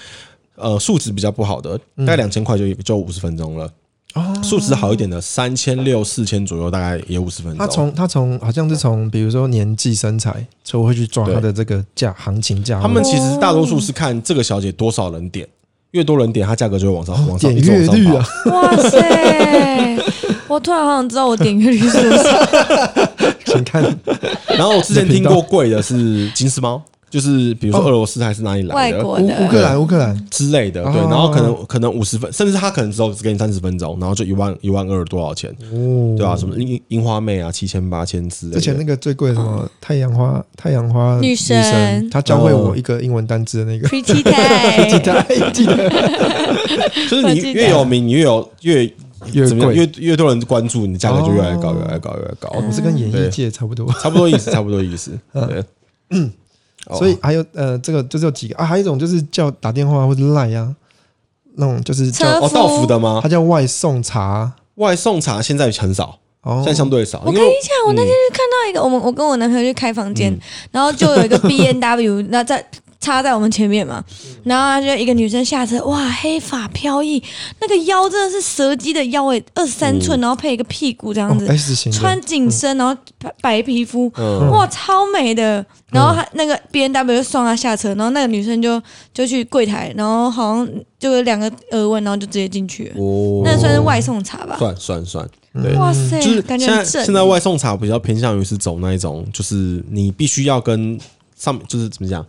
C: 呃数值比较不好的，大概两千块就就五十分钟了。
A: 嗯哦
C: 数值好一点的，三千六、四千左右，大概也五十分
A: 他
C: 钟。
A: 从他从好像是从比如说年纪、身材，所以我会去抓他的这个价行情价位。
C: 他们其实大多数是看这个小姐多少人点，越多人点，它价格就会往上往上
A: 点
C: 一直往
A: 阅
C: 上
A: 率
C: 跑
A: 啊，
B: 哇塞，我突然好想知道我点阅率是多少。
A: 请看
C: 然后我 之前听过贵的是金丝猫，就是比如说俄罗斯还是哪里来的
B: 外国
A: 乌乌克兰乌克兰
C: 之类的，对，
A: 哦
C: 然后可能可能五十分，甚至他可能只有只给你三十分钟，然后就一万一万二多少钱？
A: 哦，
C: 对啊，什么樱樱花妹啊，七千八千之类的。
A: 之前那个最贵的什么太阳花太阳花
B: 哦女神
A: 神，她教会
C: 哦
A: 我一个英文单字的那 个，
B: Pretty
A: 记
B: Tay，
A: 得记得
C: 就是你越有名，你越有越
A: 越
C: 怎么样，
A: 贵
C: 越越多人关注，你的价格就越来越高，
A: 哦
C: 越来越高，越来越高。
A: 我是跟演艺界差不多，
C: 差不多意思，差不多意思。对，哦
A: 嗯所以还有呃，这个就是有几个啊，还有一种就是叫打电话或者赖啊，那种就是叫
B: 车
C: 哦，到府的吗
A: 它？叫外送茶啊
C: 外送茶现在很少，
A: 哦
C: 现，在相对少。
B: 我
C: 因
B: 跟
C: 为嗯
B: 你讲，我那天就看到一个，我们我跟我男朋友去开房间，然后就有一个 B N W，那 在插在我们前面嘛，
C: 嗯
B: 然后他就一个女生下车，哇，黑发飘逸，那个腰真的是蛇姬的腰诶、二十三
C: 哦
B: 寸，然后配一个屁股这样
A: 哦
B: 子，
A: S 型的
B: 嗯 穿紧身，然后白白皮肤，
C: 哎嗯
B: 哇，超美的。然后他那个 B N W 就送他下车，然后那个女生就就去柜台，然后好像就有两个耳温，然后就直接进去了。
C: 哦
B: 那算是外送茶吧？
C: 算算算，对，
B: 哇塞
C: 就是，
B: 感
C: 现
B: 觉很
C: 在
B: 正。
C: 现在外送茶比较偏向于是走那一种，就是你必须要跟上，就是怎么讲，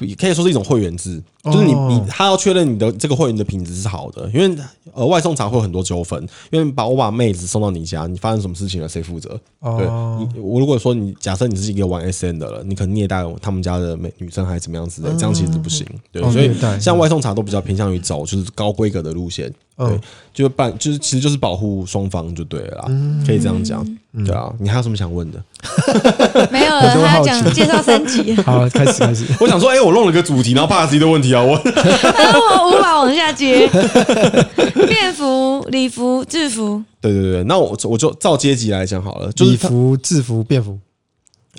C: 也可以说是一种会员制，就是你你
A: 哦
C: 他要确认你的这个会员的品质是好的，因为呃外送茶会有很多纠纷，因为把我把妹子送到你家，你发生什么事情了，谁负责？对
A: 哦，
C: 你，我如果说你假设你是一个玩 SN 的人，你可能虐待他们家的美女生还是怎么样子的，这样其实不行。对
A: 哦，
C: 所以
A: 虐待
C: 像外送茶都比较偏向于走就是高规格的路线，对
A: 嗯，
C: 就是办就是其实就是保护双方就对了啦，
A: 嗯
C: 可以这样讲。对啊，你还有什么想问的？
B: 没有
A: 我
B: 了，
A: 都
B: 他要
A: 好奇
B: 讲介绍 三集，
A: 好，开始开始，
C: 我想说，哎，我弄了个主题，然后怕自己的问题 啊，我
B: 但我哦无法往下接。便服、礼服、制服，
C: 对对对对，那我我就照阶级来讲好了， 就
A: 礼
C: 是他
A: 服、制服、便服，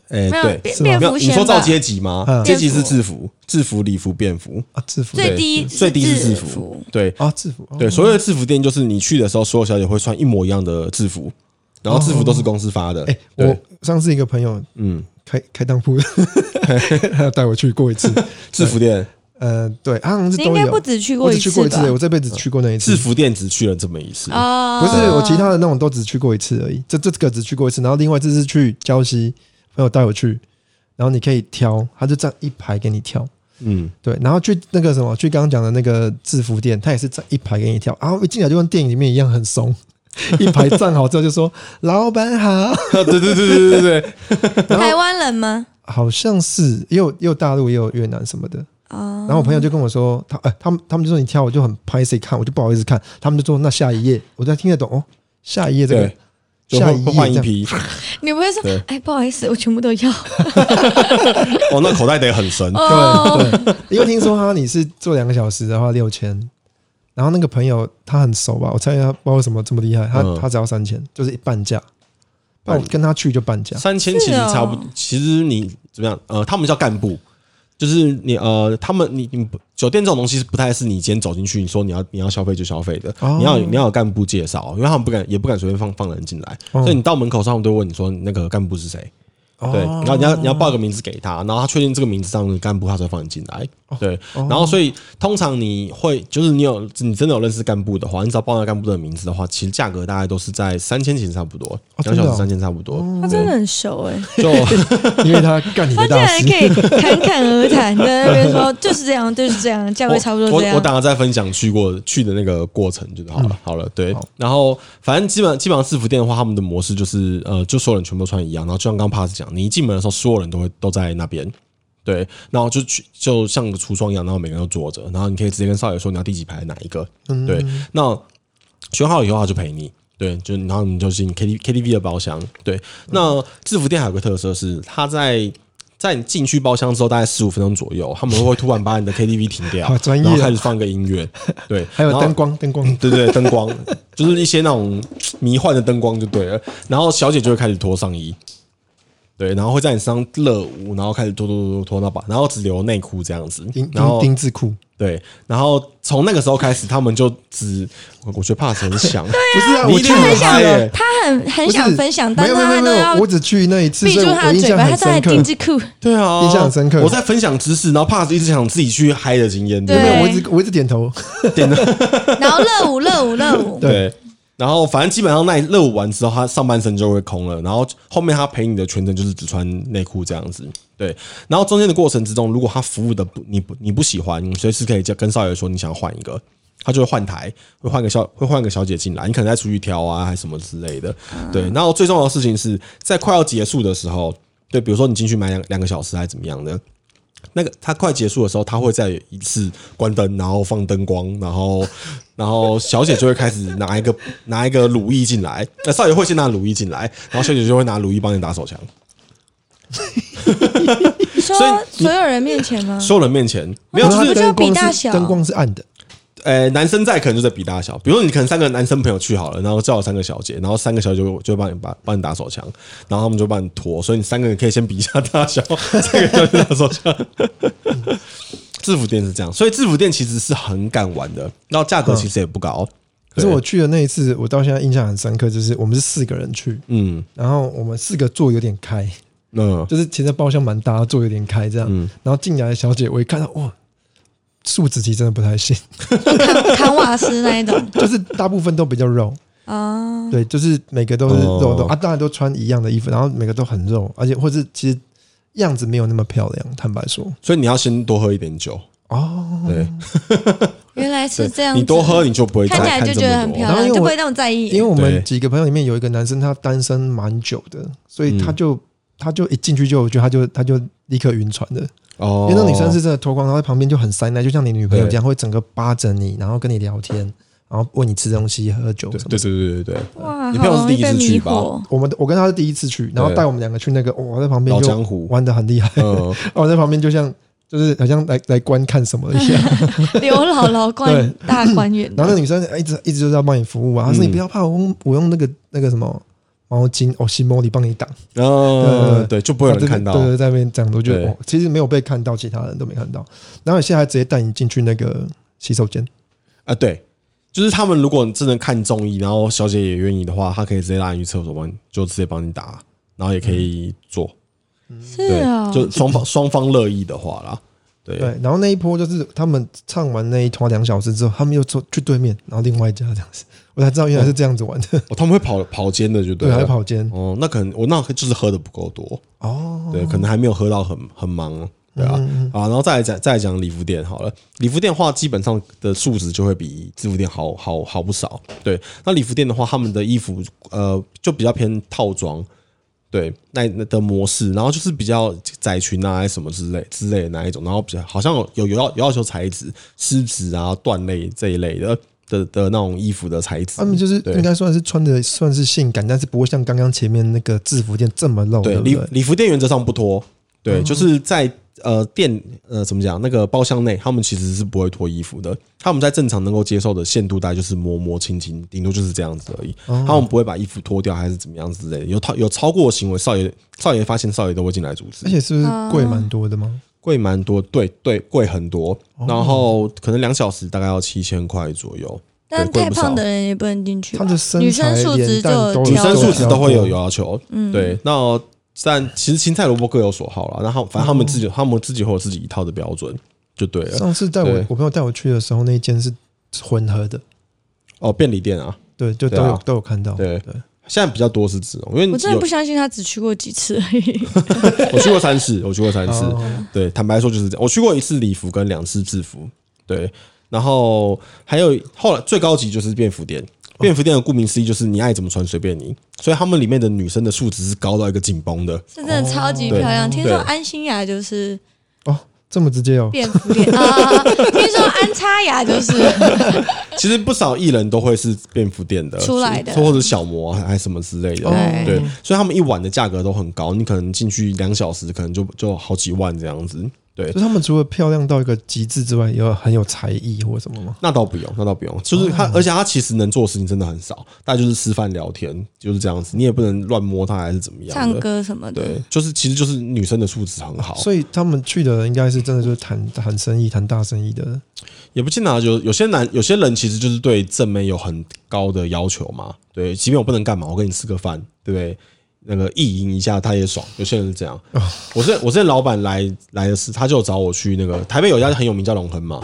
C: 哎
B: 没有
C: 对，
B: 便
A: 是吗
B: 便
C: 没
B: 服
C: 有你
B: 先
C: 说照
B: 吧。
C: 阶级吗？
A: 嗯
C: 阶级是
B: 便服
C: 制服、制服、礼服、便服，
A: 啊，制服
B: 最
C: 对
B: 低
C: 最低是制
B: 制
C: 服，，对，
A: 啊，制服，哦
C: 对，所谓的制服店就是你去的时候，所有小姐会穿一模一样的制服，然后制服都是公司发的。
A: 哎，
C: 对
A: 我，上次一个朋友
C: 嗯，
A: 开开当 铺，他带我去过一次，
C: 制服店，
A: 呃，对，他好像是
B: 你
A: 都有，
B: 应该不止去过
A: 我只
B: 一
A: 去
B: 次
A: 过一
B: 吧
A: 次，？我这辈子去过那一次
C: 制。服店只去了这么一次。
B: 啊
A: 不是我其他的那种都只去过一次而已，这这个只去过一次，然后另外这次去礁溪，朋友带我去，然后你可以挑，他就站一排给你挑，
C: 嗯，
A: 对，然后去那个什么，去刚刚讲的那个制服店，他也是站一排给你挑，然后一进来就跟电影里面一样很怂， 一排站好之后就说“老板好
C: 对对对对对对对，
B: 台湾人吗？”，
A: 好像是也有也有大陆也有越南什么的，
B: 啊
A: 然，后我朋友就跟我说，他呃他们他们就说你挑，我就很拍谁看，我就不好意思看，他们就说那下一页，我才听得懂哦，下一页这个
C: 对。就
A: 下
C: 会
A: 一
C: 会
A: 页
C: 换一
A: 这样
C: 批。
B: 你不会说
C: 对，
B: 哎，不好意思，我全部都要。
C: 哦，那口袋得很深。
B: 哦，
A: 因为听说他你是做两个小时的话六千，然后那个朋友他很熟吧，我猜他不知道为什么这么厉害，他、
C: 嗯
A: 他只要三千，就是半价。那
C: 半
A: 我跟他去就半价，
C: 三千其实差不
B: 是哦，
C: 其实你怎么样？呃，他们叫干部，就是你呃，他们你你酒店这种东西是不太是你今天走进去，你说你要你要消费就消费的，
A: 哦
C: 你要有你要有干部介绍，因为他们不敢也不敢随便放放人进来，
A: 嗯
C: 所以你到门口上，他们都会问你说你那个干部是谁，对，
A: 哦
C: 然后你要你要报个名字给他，然后他确定这个名字上的干部，他才放你进来。
A: 哦
C: 对，然后所以通常你会就是你有你真的有认识干部的话，你只要报那干部的名字的话，其实价格大概都是在三千其实差不多，两
A: 真的
C: 小时
A: 哦
C: 三千差不多。
B: 他真的很熟哎，
C: 就
A: 因为他干你的
B: 他竟
A: 大
B: 然
A: 事
B: 可。以侃侃而谈，在那边说就是这样，就是这样，价
C: 我
B: 位差不多
C: 我
B: 这样嗯
C: 我。等下再分享去过去的那个过程就好了，好了，对。然后反正基本基本上制服店的话，他们的模式就是呃，就所有人全部都穿一样，然后就像刚刚 pass 讲，你一进门的时候，所有人都会都在那边。对，然后就去就像个橱窗一样，然后每个人都坐着，然后你可以直接跟少爷说你要第几排哪一个。对，
B: 嗯
C: 那选好以后他就陪你。对，就然后你就进 K T K T V 的包厢。对，那制服店还有个特色是，它在在你进去包厢之后，大概十五分钟左右，他们会突然把你的 K T V 停 掉，
A: 好专业
C: 然后
A: 啊
C: 开始放个音乐。对，
A: 还有
C: 然后
A: 灯光，灯光
C: 对对，对灯光 就是一些那种迷幻的灯光就对了。然后小姐就会开始脱上衣，对，然后会在你身上热舞，然后开始脱脱脱脱脱到把，然后只留内裤这样子
A: 丁。
C: 然
A: 丁
C: 后
A: 丁字裤，
C: 对，然后从那个时候开始，他们就只我我觉得怕很 想，
A: 不是啊，
C: 你
A: 我
C: 一
A: 去
C: 定很
B: 很
C: 嗨
B: 想，
C: 耶
B: 他很很
A: 不是
B: 想分享，但
A: 没
B: 是
A: 有没
B: 他
A: 有没
B: 都
A: 有，
B: 要
A: 我只去那一次，
B: 闭
A: 所以
B: 住
A: 我我
B: 他的
A: 印
B: 嘴
A: 象
B: 巴，他
A: 很
B: 在
A: 深
B: 定
A: 刻。
B: 制裤。
C: 对啊，
A: 印象很深刻
C: 我在分享知识，然后怕一直想自己去嗨的经验，对不
A: 没
C: 对
A: 有，
B: 对？
A: 我一直我一直点头，
B: 然后热舞热舞热 舞，
C: 对。然后反正基本上那热舞完之后，他上半身就会空了，然后后面他陪你的全程就是只穿内裤这样子，对。然后中间的过程之中，如果他服务的不你不你不喜欢，你随时可以叫跟少爷说你想要换一个，他就会换台，会换个小会换个小姐进来，你可能再出去挑啊，还是什么之类的，对。然后最重要的事情是在快要结束的时候，对，比如说你进去买两两个小时还是怎么样的，那个它快结束的时候，它会再一次关灯，然后放灯光，然后 然后小姐就会开始拿一个 拿一个乳液进来，那、少爷会先拿乳液进来，然后小姐就会拿乳液帮你打手枪，
B: 你说
C: 所以你
B: 所有人面前吗？
C: 所有人面前没有
B: 哦
C: 就是
B: 不就
A: 灯
B: 比
A: 光
B: 大
A: 是
B: 小
A: 灯光是暗的，
C: 呃，男生在可能就在比大小，比如说你可能三个男生朋友去好了，然后叫了三个小姐，然后三个小姐就就会帮你把帮你打手枪，然后他们就帮你脱，所以你三个人可以先比一下大小，三个人就打手枪。制服店是这样，所以制服店其实是很敢玩的，然后价格其实也不高。
A: 可是我去的那一次，我到现在印象很深刻，就是我们是四个人去，
C: 嗯
A: 然后我们四个坐有点开，
C: 嗯，
A: 就是其实包厢蛮大，坐有点开这样。然后进来的小姐，我一看到哇，素质其实真的不太行，
B: 扛扛瓦斯那一种
A: 就是大部分都比较肉，
B: 啊，
A: 对，就是每个都是
C: 哦
A: 肉肉、啊，当然都穿一样的衣服，然后每个都很肉，而且或是其实样子没有那么漂亮，坦白说，
C: 所以你要先多喝一点酒，
A: 哦，
C: 对，
B: 原来嗯是这样 子。
C: 对你多喝，你就不会再
B: 看起来
C: 看
B: 就
C: 这
B: 觉得
C: 么
B: 很
C: 多。
B: 漂
A: 然后因为
B: 亮，
A: 我
B: 就不会那么在意。
A: 因为我
C: 对
A: 们几个朋友里面有一个男生，他单身蛮久的，所以他
C: 嗯
A: 就、他就一进去就，我觉得他就他就立刻晕船的。
C: 哦，
A: 因为那女生是真的脱光，她在旁边就很塞奶，就像你女朋友
C: 对
A: 这样，会整个扒着你，然后跟你聊天，然后喂你吃东西、喝酒
C: 对
A: 什么
C: 对
A: 的。
C: 对对对对，
B: 哇，
C: 你
B: 好
C: 朋友是
B: 容易
C: 第一
B: 被
C: 次去
B: 迷
C: 吧
B: 惑。
A: 我们我跟她是第一次去，然后带我们两个去那个，哇，在旁边
C: 老
A: 就
C: 江湖，
A: 玩的很厉害，
C: 嗯，
A: 我在旁边就像就是好像来来观看什么一样。
B: 刘姥姥
A: 对
B: 观大观园，
A: 然后那女生哎一直一直就是要帮你服务啊，她说
C: 嗯
A: 你不要怕，我用我用那个那个什么毛巾哦，西莫里帮你挡，
C: 呃，对，就不会有
A: 然后
C: 人
A: 这边
C: 看到
A: 啊对，对，在那边这样子，我觉
C: 对
A: 得哦，其实没有被看到，其他人都没看到。然后现在还直接带你进去那个洗手间，
C: 啊，对，就是他们如果真的看中意，然后小姐也愿意的话，他可以直接拉你去厕所帮你，就直接帮你打，然后也可以做，
B: 是
C: 对，
B: 啊，
C: 就双方双方乐意的话啦，对，
A: 对，然后那一波就是他们唱完那一团两小时之后，他们又走去对面，然后另外一家这样子，我才知道原来是这样子玩的，
C: 哦，他们会跑跑间的，就
A: 对，
C: 了
A: 还。跑间
C: 哦，那可能我那就是喝的不够多，
A: 哦，
C: 对，可能还没有喝到很很忙，对啊，啊，然后再来讲再来讲礼服店好了，礼服店的话基本上的素质就会比制服店好好好不少，对，那礼服店的话，他们的衣服呃就比较偏套装，对，那那的模式，然后就是比较窄裙啊还是什么之类之类的那一种，然后比较好像有有有要有要求材质丝质啊缎类这一类的的的那种衣服的材质，
A: 他们就是
C: 对
A: 应该算是穿的算是性感，但是不会像刚刚前面那个制服店这么露，哦对
C: 对，
A: 不
C: 礼
A: 对？
C: 礼服店原则上不脱，对，就是在呃店呃怎么讲，那个包厢内，他们其实是不会脱衣服的。他们在正常能够接受的限度，大概就是摸摸亲亲，顶多就是这样子而已。他们不会把衣服脱掉，还是怎么样之类的。有超有超过的行为，少爷少爷发现少爷都会进来阻止
A: 而，且是不是贵蛮多的吗？
C: 贵蛮多，对对，贵很多。然后可能两小时大概要七千块左右，
B: 但
C: 对
B: 太
C: 贵不少
B: 胖的人也不能进去吧。
A: 他的身
B: 女
A: 材
B: 生素质
A: 脸蛋
B: 就
A: 都
B: 有
A: 有
C: 女
B: 挑
C: 生哦素质都会
A: 挑
C: 有有要求，
B: 嗯
C: 对，那但其实青菜萝卜各有所好啦，然后反正他们
B: 哦
C: 自己、他们自己会有自己一套的标准，就对了。
A: 上次带我
C: 对
A: 我朋友带我去的时候，那一间是混合的，
C: 哦，便利店啊，
A: 对，就都
C: 对啊
A: 有都有看到，
C: 对
A: 对，
C: 现在比较多是这种，因为
B: 我真的
C: 有
B: 不相信他只去过几次而已。
C: 我去过三次，我去过三次，
A: 哦
C: 对，坦白说就是这样，我去过一次礼服跟两次制服，对，然后还有后来最高级就是便服店。便服店的顾名思义就是你爱怎么穿随便你，所以他们里面的女生的素质是高到一个紧绷的，
B: 是真的超级漂
C: 哦
B: 亮。听说安心雅就是
A: 哦，这么直接哦，
B: 变服脸啊， 听说安插雅就是
C: 其实不少艺人都会是便服店的
B: 出来的哦
C: 或者小模啊还是什么之类的，
B: 对
C: 对，所以他们一晚的价格都很高，你可能进去两小时，可能就就好几万这样子，对
A: 就。他们除了漂亮到一个极致之外，也有很有才艺或什么吗？
C: 那倒不用，那倒不用，就是
B: 哦
C: 他，而且他其实能做的事情真的很少，大家就是吃饭聊天，就是这样子，你也不能乱摸他还是怎么样
B: 唱
C: 的，
B: 歌什么的，
C: 对，就是其实就是女生的素质很好，
A: 所以他们去的人应该是真的就是谈谈生意、谈大生意的。
C: 也不尽然就有些男有些人其实就是对正妹有很高的要求嘛，对，即便我不能干嘛，我跟你吃个饭，对不对？那个意淫一下他也爽，有些人是这样。我之前我之前老板来来的是，他就找我去那个台北有一家很有名叫龙亨嘛，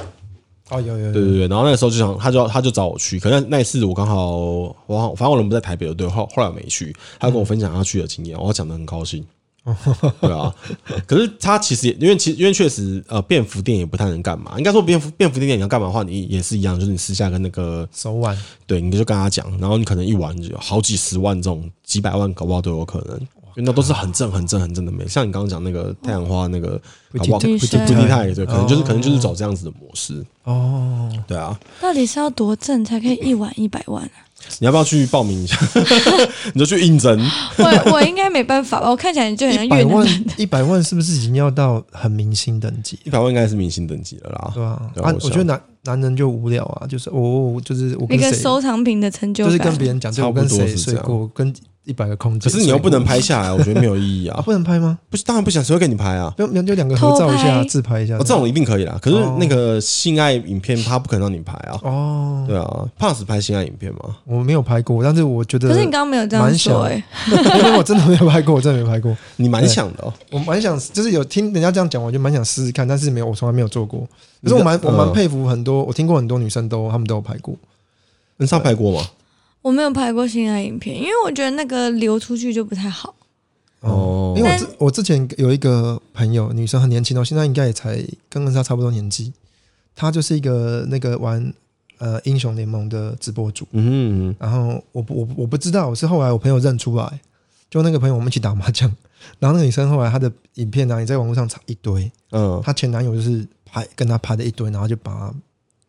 A: 哦，有有
C: 对对对，然后那个时候就想，他就他就找我去，可能那一次我刚好我好反正我人不在台北的，对，后后来我没去，他跟我分享他去的经验，我讲的很高兴。对啊，可是他其实也因为其因为确实呃，便服店也不太能干嘛。应该说便服便服店你要干嘛的话，你也是一样，就是你私下跟那个
A: 手腕
C: 对，你就跟他讲，然后你可能一晚就有好几十万这种几百万，搞不好都有可能。因为那都是很正、很正、很正的美。像你刚刚讲那个太阳花那个，
A: 不
C: 搞不好
B: 女生
C: 不地太对，可能就是
A: 哦
C: 可能就是走这样子的模式，
A: 哦，
C: 对啊。
B: 到底是要多挣才可以一晚一百万 啊？
C: 你要不要去报名 一下？你就去应征，
B: 我我应该没办法吧？我看起来就很像
A: 一
B: 越
A: 百
B: 南
A: 万
B: 人。
A: 一百万是不是已经要到很明星等级
C: 一？百万应该是明星等级了啦。
A: 对吧、
C: 对
A: 啊？
C: 啊
A: 啊，
C: 我
A: 我
C: 想
A: 觉得男男人就无聊啊，就是哦，就是我
B: 一
A: 跟
B: 个
A: 谁，
B: 收啊藏品的成就
A: 就是
B: 感，
A: 跟别人讲，对
C: 差
A: 我
C: 不多
A: 跟谁
C: 是这
A: 睡
C: 样
A: 过，我跟一百个空姐
C: 可
A: 睡过。
C: 是你又不能拍下来，我觉得没有意义
A: 啊，
C: 啊。
A: 不能拍吗？
C: 不是，当然不想，谁会跟你拍啊？
A: 不用，就两个合照一
B: 偷
A: 下，
B: 拍
A: 自拍一下。
C: 哦，这种一定可以啦。可是那个性爱影片，他不可能让你拍啊。
A: 哦，
C: 对啊，怕死拍性爱影片嘛？
A: 我没有拍过，但是我觉得，
B: 可是你刚刚没有这样
A: 蛮想
B: 说哎、
A: 因为我真的 没有拍过，我真的没拍过。
C: 你蛮想的哦。
A: 我蛮想，就是有听人家这样讲，我就蛮想试试看，但是没有，我从来没有做过。可是我蛮
C: 你的
A: 我蛮
C: 嗯
A: 佩服很多，我听过很多女生都她们都有拍过。
C: 你上拍过吗？
B: 我没有拍过性爱影片，因为我觉得那个流出去就不太好。
C: 哦
A: 因为我之我之前有一个朋友，女生很年轻哦，现在应该也才跟跟她差不多年纪。她就是一个那个玩呃英雄联盟的直播主，
C: 嗯哼，
A: 然后我不我不我不知道，我是后来我朋友认出来，就那个朋友我们一起打麻将，然后那个女生后来她的影片啊，也在网络上查一堆，
C: 嗯，
A: 她前男友就是拍跟她拍的一堆，然后就把她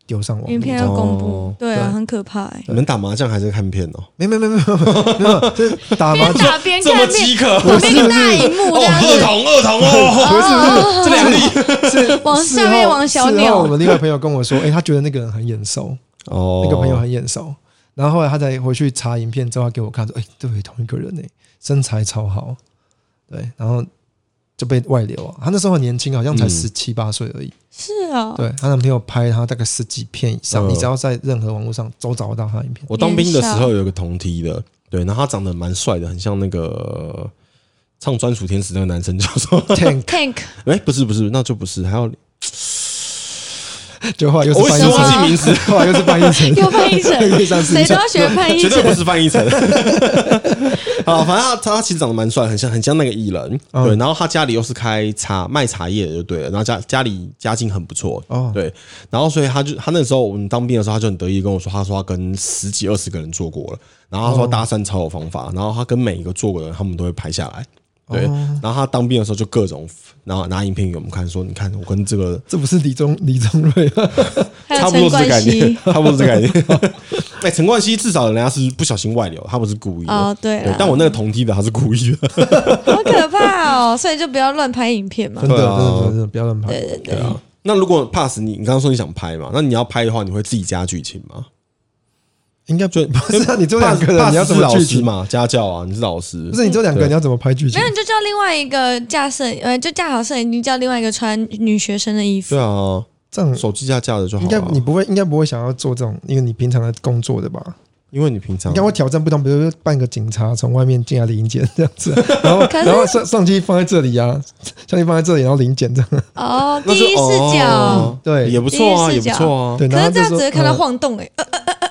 A: 丢上网
B: 影
A: 络。
B: 片要公布，
C: 哦
B: 对啊，
A: 对
B: 很可怕哎、
C: 你们打麻将还是看片哦？
A: 没有没有没有没有没有没有，就是打麻
B: 边
A: 将
B: 打边看面，
C: 渴
B: 旁边一个大荧幕这样子，
C: 童二童哦，
B: 哦，
C: 这两例
A: 是
B: 往
A: 事
B: 下面
A: 后
B: 往小
A: 事后
B: 扭
A: 我们另外朋友跟我说，哎、他觉得那个人很眼熟，
C: 哦，
A: 那个朋友很眼熟。然后后来他才回去查影片之后，他给我看说：“哎、对，同一个人呢、身材超好。”对，然后就被外流啊。他那时候很年轻，好像才
C: 嗯
A: 十七八岁而已。
B: 是啊、
A: 对，她男朋友拍她大概十几片以上，
C: 嗯
A: 你只要在任何网络上都找得到她的影片。
C: 我当兵的时候有一个同梯的，对，然后他长得蛮帅的，很像那个呃唱《专属天使》那个男生叫什么？
A: Tank
B: 哦 Tank
C: 哎，不是不是，那就不是，还有
A: 就后来又
C: 我
A: 是翻
C: 一直
A: 译
C: 忘
A: 成，
C: 记名字，
A: 后来又是翻译成
B: 又 潘一
A: 又
B: 晨，
A: 是上次
B: 谁都要学 潘一
C: 绝对不
B: 晨。
C: 是翻译成。啊，反正他他其实长得蛮帅，很像很像那个艺人，
A: 嗯
C: 对。然后他家里又是开茶卖茶叶的，就对了。然后家家里家境很不错，
A: 哦，
C: 对，然后所以他就他那时候我们当兵的时候，他就很得意地跟我说，他说他跟十几二十个人做过了，然后他说搭讪超有方法，然后他跟每一个做过的人，他们都会拍下来。对，然后他当兵的时候就各种，然后拿影片给我们看，说你看我跟这个
A: 这不是李宗李宗瑞吗？
B: 还
C: 差
B: 有
C: 不
B: 陈
C: 多是这
B: 冠
C: 概念
B: 希，
C: 差不多是这概念。哎，陈冠希至少人家是不小心外流，他不是故意的。
B: 哦，对
C: 对
B: 了，，
C: 但
A: 啊
C: 我那个同梯的他是故意的。
B: 好可怕哦，所以就不要乱拍影 片嘛
A: 真。的，真
C: 对啊
A: 的，真的，不要乱拍。
C: 对啊，那如果 pass 你，你刚刚说你想拍嘛？那你要拍的话，你会自己加剧情吗？
A: 应该不
C: 就
A: 不是啊，你只有两
C: pass
A: 个人，你要
C: pass
A: 怎
C: 是
A: 么
C: 老
A: 剧
C: 师
A: 情？
C: 嘛？家教啊，你是老师
A: 不。是你只有两个人，你要怎么拍剧情
B: 没有，？你就叫另外一个架摄，呃，就架好摄影机，叫另外一个穿女学生的衣服
C: 对。啊，
A: 这样
C: 手机架架的就好
A: 应
C: 了
A: 该
C: 啊。
A: 你不会，应该不会想要做这种，因为你平常的工作的
C: 嗯
A: 吧？
C: 因为你平常
A: 你看我挑战不同，比如说扮个警察从外面进来临检这样子，然后
B: 可是
A: 然后相相机放在这里啊，相机放在这里，然后临检这样，
B: 哦，
C: 那
B: 第
C: 就
B: 一视角。
C: 哦
A: 对
C: 也不错啊，
B: 第
C: 也
B: 一视
C: 不
B: 角
C: 错啊。
A: 对，
B: 可
A: 然后
B: 是这
A: 就
B: 样
A: 说
B: 子看到
A: 呃
B: 晃动，哎，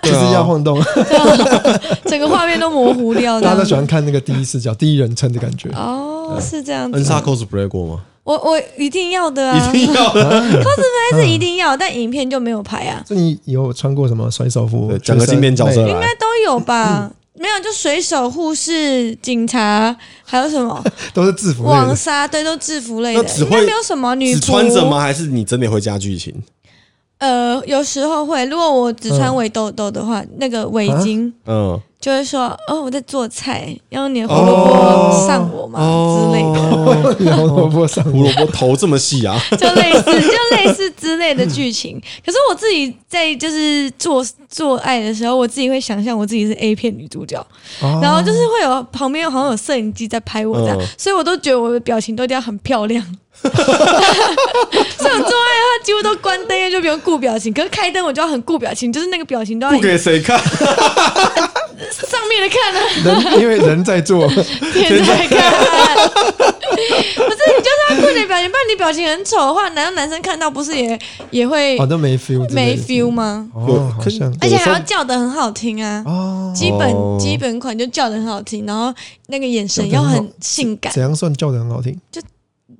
A: 就是要晃 动，
B: 这样整个画面都模糊掉。
A: 大家都
B: 这
A: 喜
B: 样
A: 欢看那个第一视角、第一人称的感觉。
B: 哦，是这样
C: 恩
B: 子。
C: 莎 cosplay 过吗？
B: 我我一定要的啊，
C: 一定嗯要
B: 但是一定要，但影片就没有拍啊，
A: 所以你有穿过什么甩手服
C: 对？讲个经典角色
A: 学生妹
B: 应
C: 来
B: 该。都有
C: 嗯
B: 吧？没有，就水手、护士、警察，还有什 么
A: 都是制服类
B: 网
A: 的，
B: 纱，对，都制服类
C: 那
B: 的，
C: 只
B: 应
C: 会
B: 该没有什么女
C: 只
B: 仆。
C: 穿着吗？还是你真的会加剧情？
B: 呃，有时候会，如果我只穿围兜兜的话，那个围巾
C: 嗯，
B: 就会说：“哦，我在做菜，用
C: 哦
B: 你的胡萝卜上我嘛、之类的，
C: 的。
A: 然后萝卜上
C: 哦胡萝卜头这么细啊？
B: 就类似就类似之类的剧 情。”可是我自己在就是做做爱的时候，我自己会想象我自己是 A 片女主角，
A: 哦
B: 然后就是会有旁边好像有摄影机在拍我这样，
C: 嗯
B: 所以我都觉得我的表情都一定要很漂亮。 所以我做爱的话，几乎都关灯，因为就不用顾表情。可是开灯，我就要很顾表情，就是那个表情都要
C: 不给谁看？
B: 上面的看啊，
A: 人因为人在做，
B: 天在看。不是，你就是要顾你的表情，不然你表情很丑的话，难道男生看到不是也也会
A: 好像哦没 feel，之类
B: 没
A: 的
B: feel 吗？
A: 哦，好像
B: 而且还要叫的很好听啊，
A: 哦，
B: 基本、
C: 哦
B: 基本款就叫的很好听，然后那个眼神
A: 叫
B: 要
A: 得很好
B: 很 性感。
A: 怎样算叫的很好听？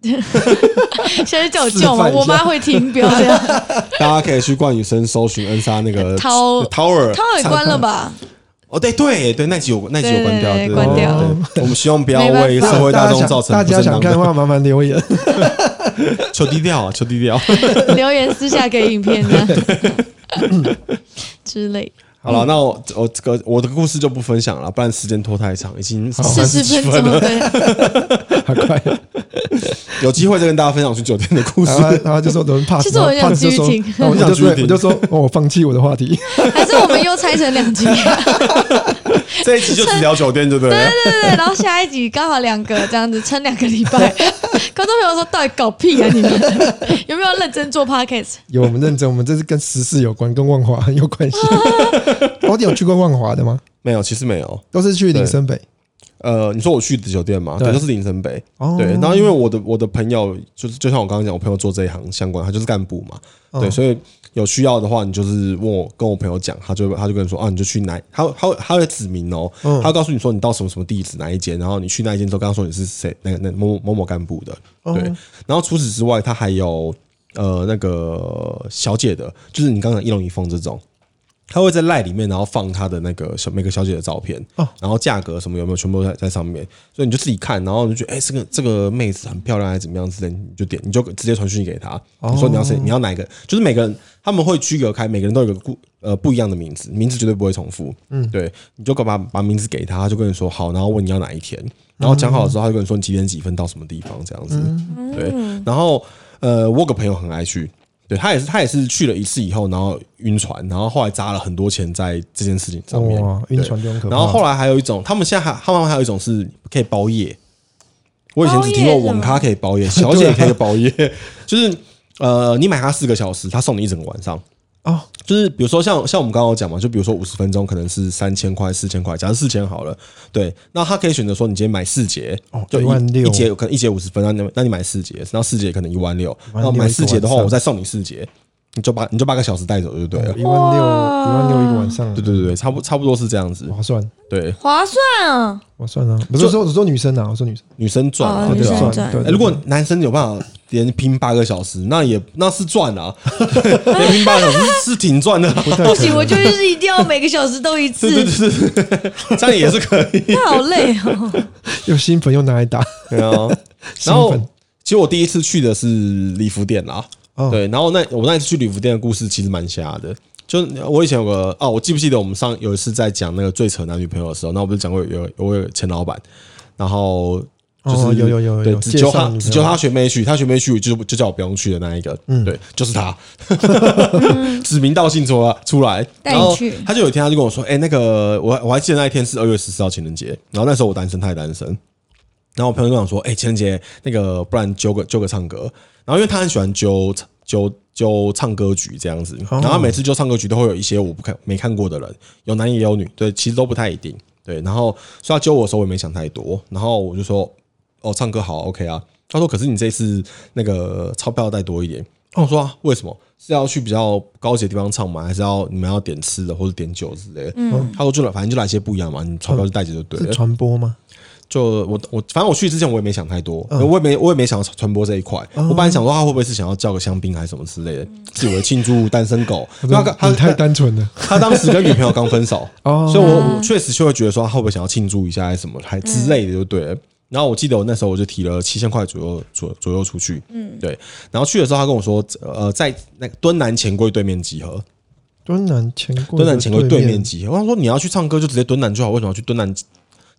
B: 现在叫我
A: 示
B: 叫我
A: 范一
B: 我妈
A: 下
B: 会听，不要这 样。
C: 大家可以去冠宇生搜寻恩莎那个
B: 掏
C: 掏耳
B: 他也关了吧？
C: 哦，对对对，那集有那集有关掉，
B: 对对
C: 对
B: 对
A: 关掉
C: 对对我们希望不要
B: 没办法
C: 为社会大众造成
A: 大
C: 不
A: 家
C: 正
A: 想
C: 当
A: 看的
C: 的
A: 话，麻烦留 言。
C: 求低调啊，求 低调。
B: 留言私下给影片呢 之类。
C: 好了，那我我这个我的故事就不分享了，不然时间拖太长，已经
B: 四
C: 三
B: 十
C: 哦几
B: 分
C: 分
B: 钟
C: 了。
B: 对，
A: 好快，
C: 有机会再跟大家分享去酒店的故事
A: 然。后然后就说怎么怕死，
B: 其实我有点
A: 怕死就说
B: 拘谨
A: 然后我就说
C: 我想拘谨
A: 我就说哦我放弃我的话题，
B: 还是我们又拆成两集，对
C: 这一集就只聊酒店，对不对？
B: 对对，然后下一集刚好两个这样子撑两个礼拜。 观众朋友说，到底搞屁啊你们？ 有没有认真做 podcast？
A: 有我们认真，我们这是跟时事有关，跟万华很有 关系。我你有去过万华的吗？
C: 没有，其实没有。
A: 都是去林森北
C: 呃，你说我去的酒店嘛，
A: 对
C: 对，就是林森北。
A: 哦
C: 对，然后因为我的我的朋友就是就像我刚刚讲，我朋友做这一行相关，他就是干部嘛，
A: 哦
C: 对，所以有需要的话，你就是问我跟我朋友讲，他就他就跟你说啊，你就去哪，他他会他会指明哦，
A: 嗯
C: 他会告诉你说你到什么什么地址哪一间，然后你去那一间之后，跟他说你是谁，那个那某某某干部的，
A: 哦
C: 对，然后除此之外，他还有呃那个小姐的，就是你刚刚讲一龙一凤这种。他会在赖里面，然后放他的那个小每个小姐的照片，
A: 哦
C: 然后价格什么有没有全部都在在上面，所以你就自己看，然后你就觉得哎、这个这个妹子很漂亮，还是怎么样之类，你就点，你就直接传讯息给她，你说你要谁，你要哪一个，就是每个人他们会区隔开，每个人都有一个故呃不一样的名字，名字绝对不会重复，嗯，对，你就把把名字给他，他就跟你说好，然后问你要哪一天，然后讲好了之后，他就跟你说你几点几分到什么地方这样子，对，
A: 嗯
C: 然后呃，我有个朋友很爱去。对他也是，他也是去了一次以后，然后晕船，然后后来砸了很多钱在这件事情上面。
A: 哇，
C: 对
A: 哦晕船就很可怕。
C: 然后后来还有一种，他们现在还他们还有一种是可以包夜。我以前只听过网咖可以包夜， 小姐也
A: 啊
C: 可以包夜， 就是呃，你买它四个小时，他送你一整个晚上。
A: 哦，
C: 就是比如说像像我们刚刚有讲嘛，就比如说五十分钟可能是三千块、四千块，假设四千好了，对，那他可以选择说你今天买四节，
A: 哦
C: 就一
A: 16,000
C: 一节可能一节五十分，那你那你买四节，然后四节可能一万六，然后买四节的话，
A: 一个晚上
C: 我再送你四节，你就八你就八个小时带走就对了，
A: 一万六，
B: 哇
A: 一万六一个晚上啊
C: 对，对对对，差不差不多是这样子，
A: 划算，
C: 对，
B: 划算啊！
A: 划算啊！不是说我说女生啊，我说女生
C: 女生赚
B: 哦
C: 啊，
B: 女
C: 对
B: 生
C: 啊
B: 赚，
A: 算。
C: 欸
A: 对，
C: 如果男生有办法连拼八个小时，那也那是赚啊，连拼八个小时是是挺赚的啊、
B: 不行，我就是一定要每个小时都一
C: 对对
B: 次，
C: 对对对，这样也是可以。
B: 那好累 哦。
A: 又兴奋又拿来打，
C: 对啊，然 后
A: 兴奋
C: 其实我第一次去的是礼服店啦，
A: 哦
C: 对，然后那我那一次去礼服店的故事其实蛮瞎的。就我以前有个哦，我记不记得我们上有一次在讲那个最扯男女朋友的时候，那我不是讲过有有我有前老板，然后就是、
A: 哦有有有有
C: 对
A: 有
C: 只
A: 介绍
C: 揪他
A: 女朋友嗯
C: 只揪他学妹去，他学妹去就就叫我不用去的那一个，对，就是他，指名道姓出来出来，
B: 带
C: 然
B: 你
C: 后
B: 去
C: 他就有一天他就跟我说，哎、那个我还我还记得那一天是二月十四号情人节，然后那时候我单身，他也单身，然后我朋友就想说，哎、情人节那个不然揪个揪个唱歌，然后因为他很喜欢揪揪揪唱歌局这样子，然后他每次揪唱歌局都会有一些我不看没看过的人，有男也有女，对，其实都不太一定，对，然后所以他揪我的时候我也没想太多，然后我就说，哦，唱歌好，OK 啊，他说可是你这次那个钞票要带多一点，我说、啊、为什么？是要去比较高级的地方唱吗？还是要你们要点吃的或者点酒之类的？他说就来，反正就来些不一样嘛，你钞票就带着就对了
A: 嗯是。传播吗？
C: 就我我反正我去之前我也没想太多，
A: 嗯
C: 我也没我也没想要传播这一块。我本来想说他会不会是想要叫个香槟还是什么之类的，自以为庆祝单身狗。因为啊他他
A: 嗯你太
C: 他
A: 单纯了，
C: 他当时跟女朋友刚分手，
A: 哦
C: 所以我我确实就会觉得说他会不会想要庆祝一下还是什么还之类的，就对了。
A: 嗯
C: 然后我记得我那时候我就提了七千块左右左左右出去，嗯，对。然后去的时候他跟我说，呃，在那个敦南钱柜对面集合，
A: 哦敦南钱柜，
C: 敦南钱柜对面，集合。我想说你要去唱歌就直接敦南就好，为什么要去敦南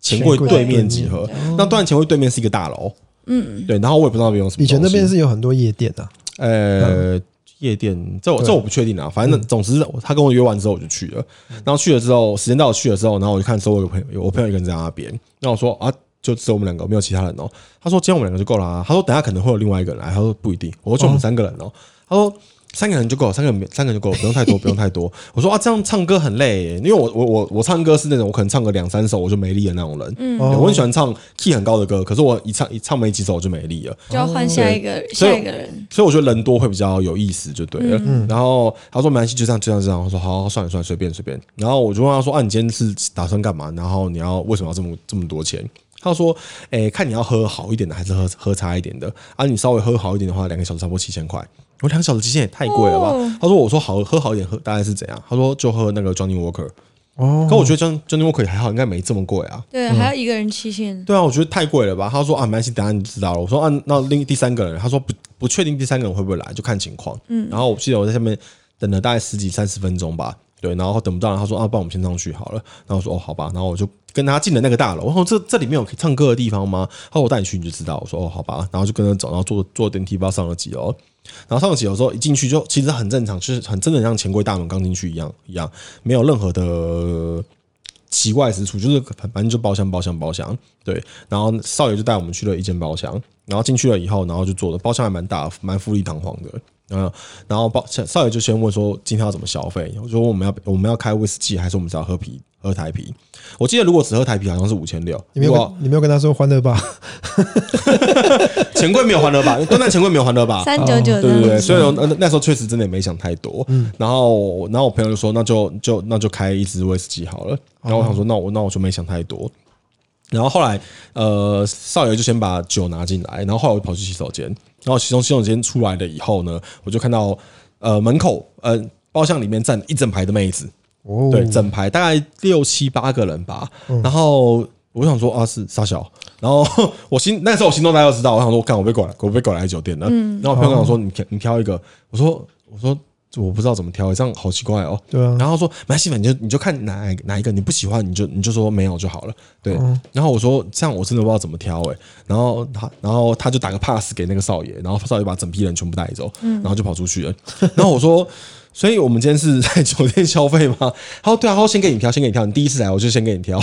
C: 钱柜对面集
A: 哦
C: 合？那敦南钱柜对面是一个大楼，嗯，对。然后我也不知道那边有什么东西。
A: 以前那边是有很多夜店啊，
C: 呃夜店，这我这我不确定啊。反正总之他跟我约完之后我就去了，然后去了之后时间到我去了之后，然后我就看周围有朋友，我朋友一个人在那边，那我说啊。就只有我们两个，没有其他人哦。他说今天我们两个就够了、啊。他说等下可能会有另外一个人来。他说不一定。我说就我们三个人哦。他说三个人就够了，三个人三个人就够了，不用太多，不用太多。我说啊，这样唱歌很累耶，因为我我我我唱歌是那种我可能唱个两三首我就没力的那种人。嗯，我很喜欢唱 key 很高的歌，可是我一唱一唱没几首我就没力了。
B: 就要换下一个
C: 所
B: 下
C: 以
B: 一个人，
C: 哦所以我觉得人多会比较有意思，就对了。然后他说没关系，就这样，就这样，就这样。我说好，好算了，算了，随便，随便。然后我就问他说啊，你今天是打算干嘛？然后你要为什么要这么这么多钱？他说：“诶、看你要喝好一点的，还是喝喝差一点的啊？你稍微喝好一点的话，两个小时差不多七千块。我说两个小时七千也太贵了吧？
B: 哦
C: 他说：我说好喝好一点，喝大概是怎样？他说就喝那个 Johnny Walker。
A: 哦，
C: 可我觉得珍珍珠肉可以还好，应该没这么贵啊。
B: 对，还要一个人期限。
C: 对啊，我觉得太贵了吧？他说啊，没关系，等一下你就知道了。我说啊，那另第三个人，他说不不确定第三个人会不会来，就看情况。嗯，然后我记得我在下面等了大概十几三十分钟吧，对，然后等不到人，他说啊，不然我们先上去好了。然后我说哦，好吧，然后我就跟他进了那个大楼。然后这这里面有可以唱歌的地方吗？他说我带你去你就知道。我说哦，好吧，然后就跟着走，然后坐坐电梯，不知道上了几楼。然后上了几楼之后，一进去就其实很正常，就是很真的像钱柜大门刚进去一样一样，没有任何的奇怪之处，就是反正就包厢包厢包厢，对。然后少爷就带我们去了一间包厢，然后进去了以后，然后就坐了，包厢还蛮大，蛮富丽堂皇的。嗯，然后包少爷就先问说今天要怎么消费，我说我们要我们要开威士忌，还是我们只要喝啤喝台啤？我记得如果只喝台啤好像是五千六，
A: 你没
C: 如
A: 有
C: 果
A: 跟你没有跟他说欢乐吧？
C: 钱柜没有还了吧？对，但钱柜没有还了吧？
B: 三九九
C: 啊哦对对对，
B: 的，
C: 所以我那那时候确实真的也没想太多。然后然后我朋友就说，那就就那就开一支威士忌好了。然后我想说，那我那我就没想太多。然后后来，呃，少爷就先把酒拿进来，然后后来我跑去洗手间，然后从洗手间出来了以后呢，我就看到呃门口呃包厢里面站一整排的妹子，
A: 哦，
C: 对，整排大概六七八个人吧。然后我想说啊，是傻小。然后 我心那时候我心动大家都知道，我想说，看我被拐来，我被拐来酒店了。然后我朋友跟我说，你挑你挑一个。我说我说我不知道怎么挑，这样好奇怪哦。
A: 对啊
C: 然后他说没关系，反正你就你就看哪哪一个你不喜欢，你就你就说没有就好了。对。
A: 嗯
C: 然后我说这样我真的不知道怎么挑哎、然后他然后他就打个 pass 给那个少爷，然后少爷把整批人全部带走，
A: 嗯
C: 然后就跑出去了。 然后我说。所以我们今天是在酒店消费吗？他说对啊，他说先给你挑，先给你挑。你第一次来，我就先给你挑。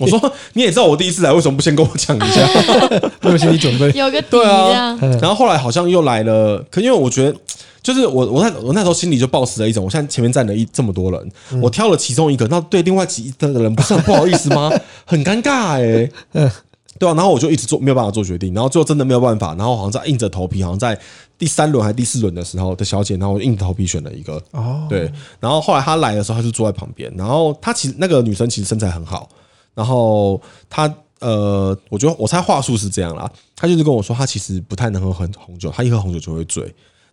C: 我说你也知道我第一次来，为什么不先跟我讲一下？
A: 没有心理准 备。
B: 有个底
C: 对
B: 这
C: 啊
B: 样。，
C: 然后后来好像又来了，可因为我觉得，就是我我那我那时候心里就抱持了一种，我现在前面站了一这么多人，我挑了其中一个，那对另外几个人不是很不好意思 吗？很尴尬哎、对啊，然后我就一直做没有办法做决定，然后最后真的没有办法，然后好像在硬着头皮，好像在第三轮还是第四轮的时候的小姐，然后我硬着头皮选了一个，
A: 哦，
C: 对，然后后来她来的时候，她就坐在旁边，然后她其实那个女生其实身材很好，然后她呃，我觉得我猜话术是这样啦，她就是跟我说她其实不太能喝很红酒，她一喝红酒就会醉。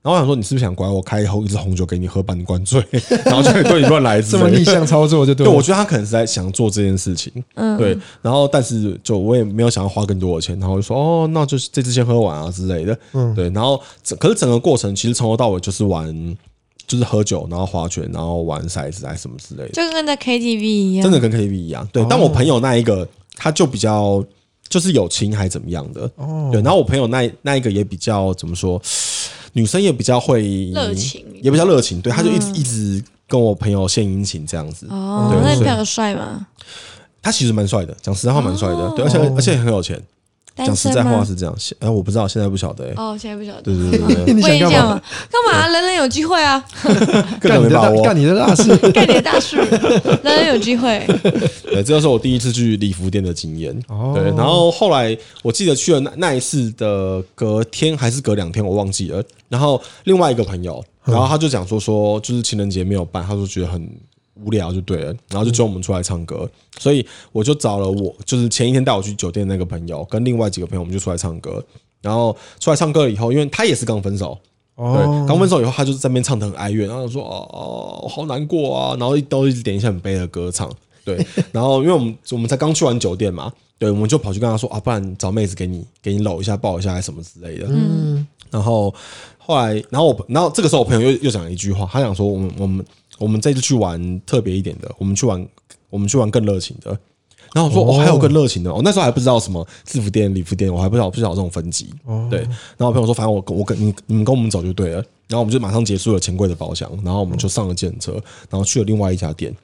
C: 然后我想说，你是不是想拐我开一支红酒给你喝，把你灌醉， 然后就对你乱来之
A: 这
C: 类的
A: 么逆啊向操作就对
C: 对，
B: 啊
A: 了。
C: 我觉得他可能是在想做这件事情，嗯，对。然后，但是就我也没有想要花更多的钱，然后我就说哦，那就是这支先喝完啊之类的，嗯，对。然后整可是整个过程其实从头到尾就是玩，就是喝酒，然后划拳，然后玩骰子啊还是什么之类的，
B: 就跟在 KTV 一样，哦
C: 真的跟 KTV 一样。对，但我朋友那一个他就比较就是有情还怎么样的，
A: 哦，
C: 对。然后我朋友那那一个也比较怎么说，女生也比较会
B: 热情嗯
C: 也比较热情，对，他就一直、一直跟我朋友献殷勤这样子，
B: 哦
C: 对。
B: 那
C: 所
B: 你
C: 以
B: 朋友帅吗？
C: 他其实蛮帅的，讲实在话蛮帅的，对，而
A: 哦
C: 且而且很有钱。
B: 哦单
C: 讲实
B: 身
C: 在话
B: 吗？
C: 是这样，现哎，我不知道，现在不晓得、欸。
B: 哦，现在不晓得
C: 对。对对对，
A: 你
B: 问
A: 想
B: 一下
A: 干嘛
B: 嘛？？啊干嘛？人人有机会啊！
C: 更
A: 干
C: 没
A: 你的
C: 把
A: 大
C: 握。
A: 干你的大 事
B: 盖你的大树，人人有机会。
C: 对，这就是我第一次去礼服店的经验。
A: 哦
C: 对，然后后来我记得去了那那一次的隔天还是隔两天，我忘记了。然后另外一个朋友，然后他就讲说说就是情人节没有办，他说觉得很无聊就对了，然后就叫我们出来唱歌。所以我就找了我就是前一天带我去酒店的那个朋友，跟另外几个朋友，我们就出来唱歌。然后出来唱歌了以后，因为他也是刚分手，对，刚
A: 哦，
C: 分手以后，他就是在那边唱的很哀怨，然后说哦哦，好难过啊，然后一都一直点一些很悲的歌唱。 对，然后因为我们我们才刚去完酒店嘛，对，我们就跑去跟他说啊，不然找妹子给你给你搂一下、抱一下，还是什么之类的。嗯，然后后来，然后我，然后这个时候我朋友又又讲了一句话，他想说我们我们我们这次去玩特别一点的，我们去玩我们去玩更热情的。然后我说哦，
A: 哦
C: 还有更热情的，我、那时候还不知道什么制服店、礼服店，我还不知道不知道这种分级。
A: 哦
C: 对，然后我朋友说，反正我跟我跟你你们跟我们走就对了。然后我们就马上结束了钱柜的包厢，然后我们就上了计程车，然后去了另外一家店，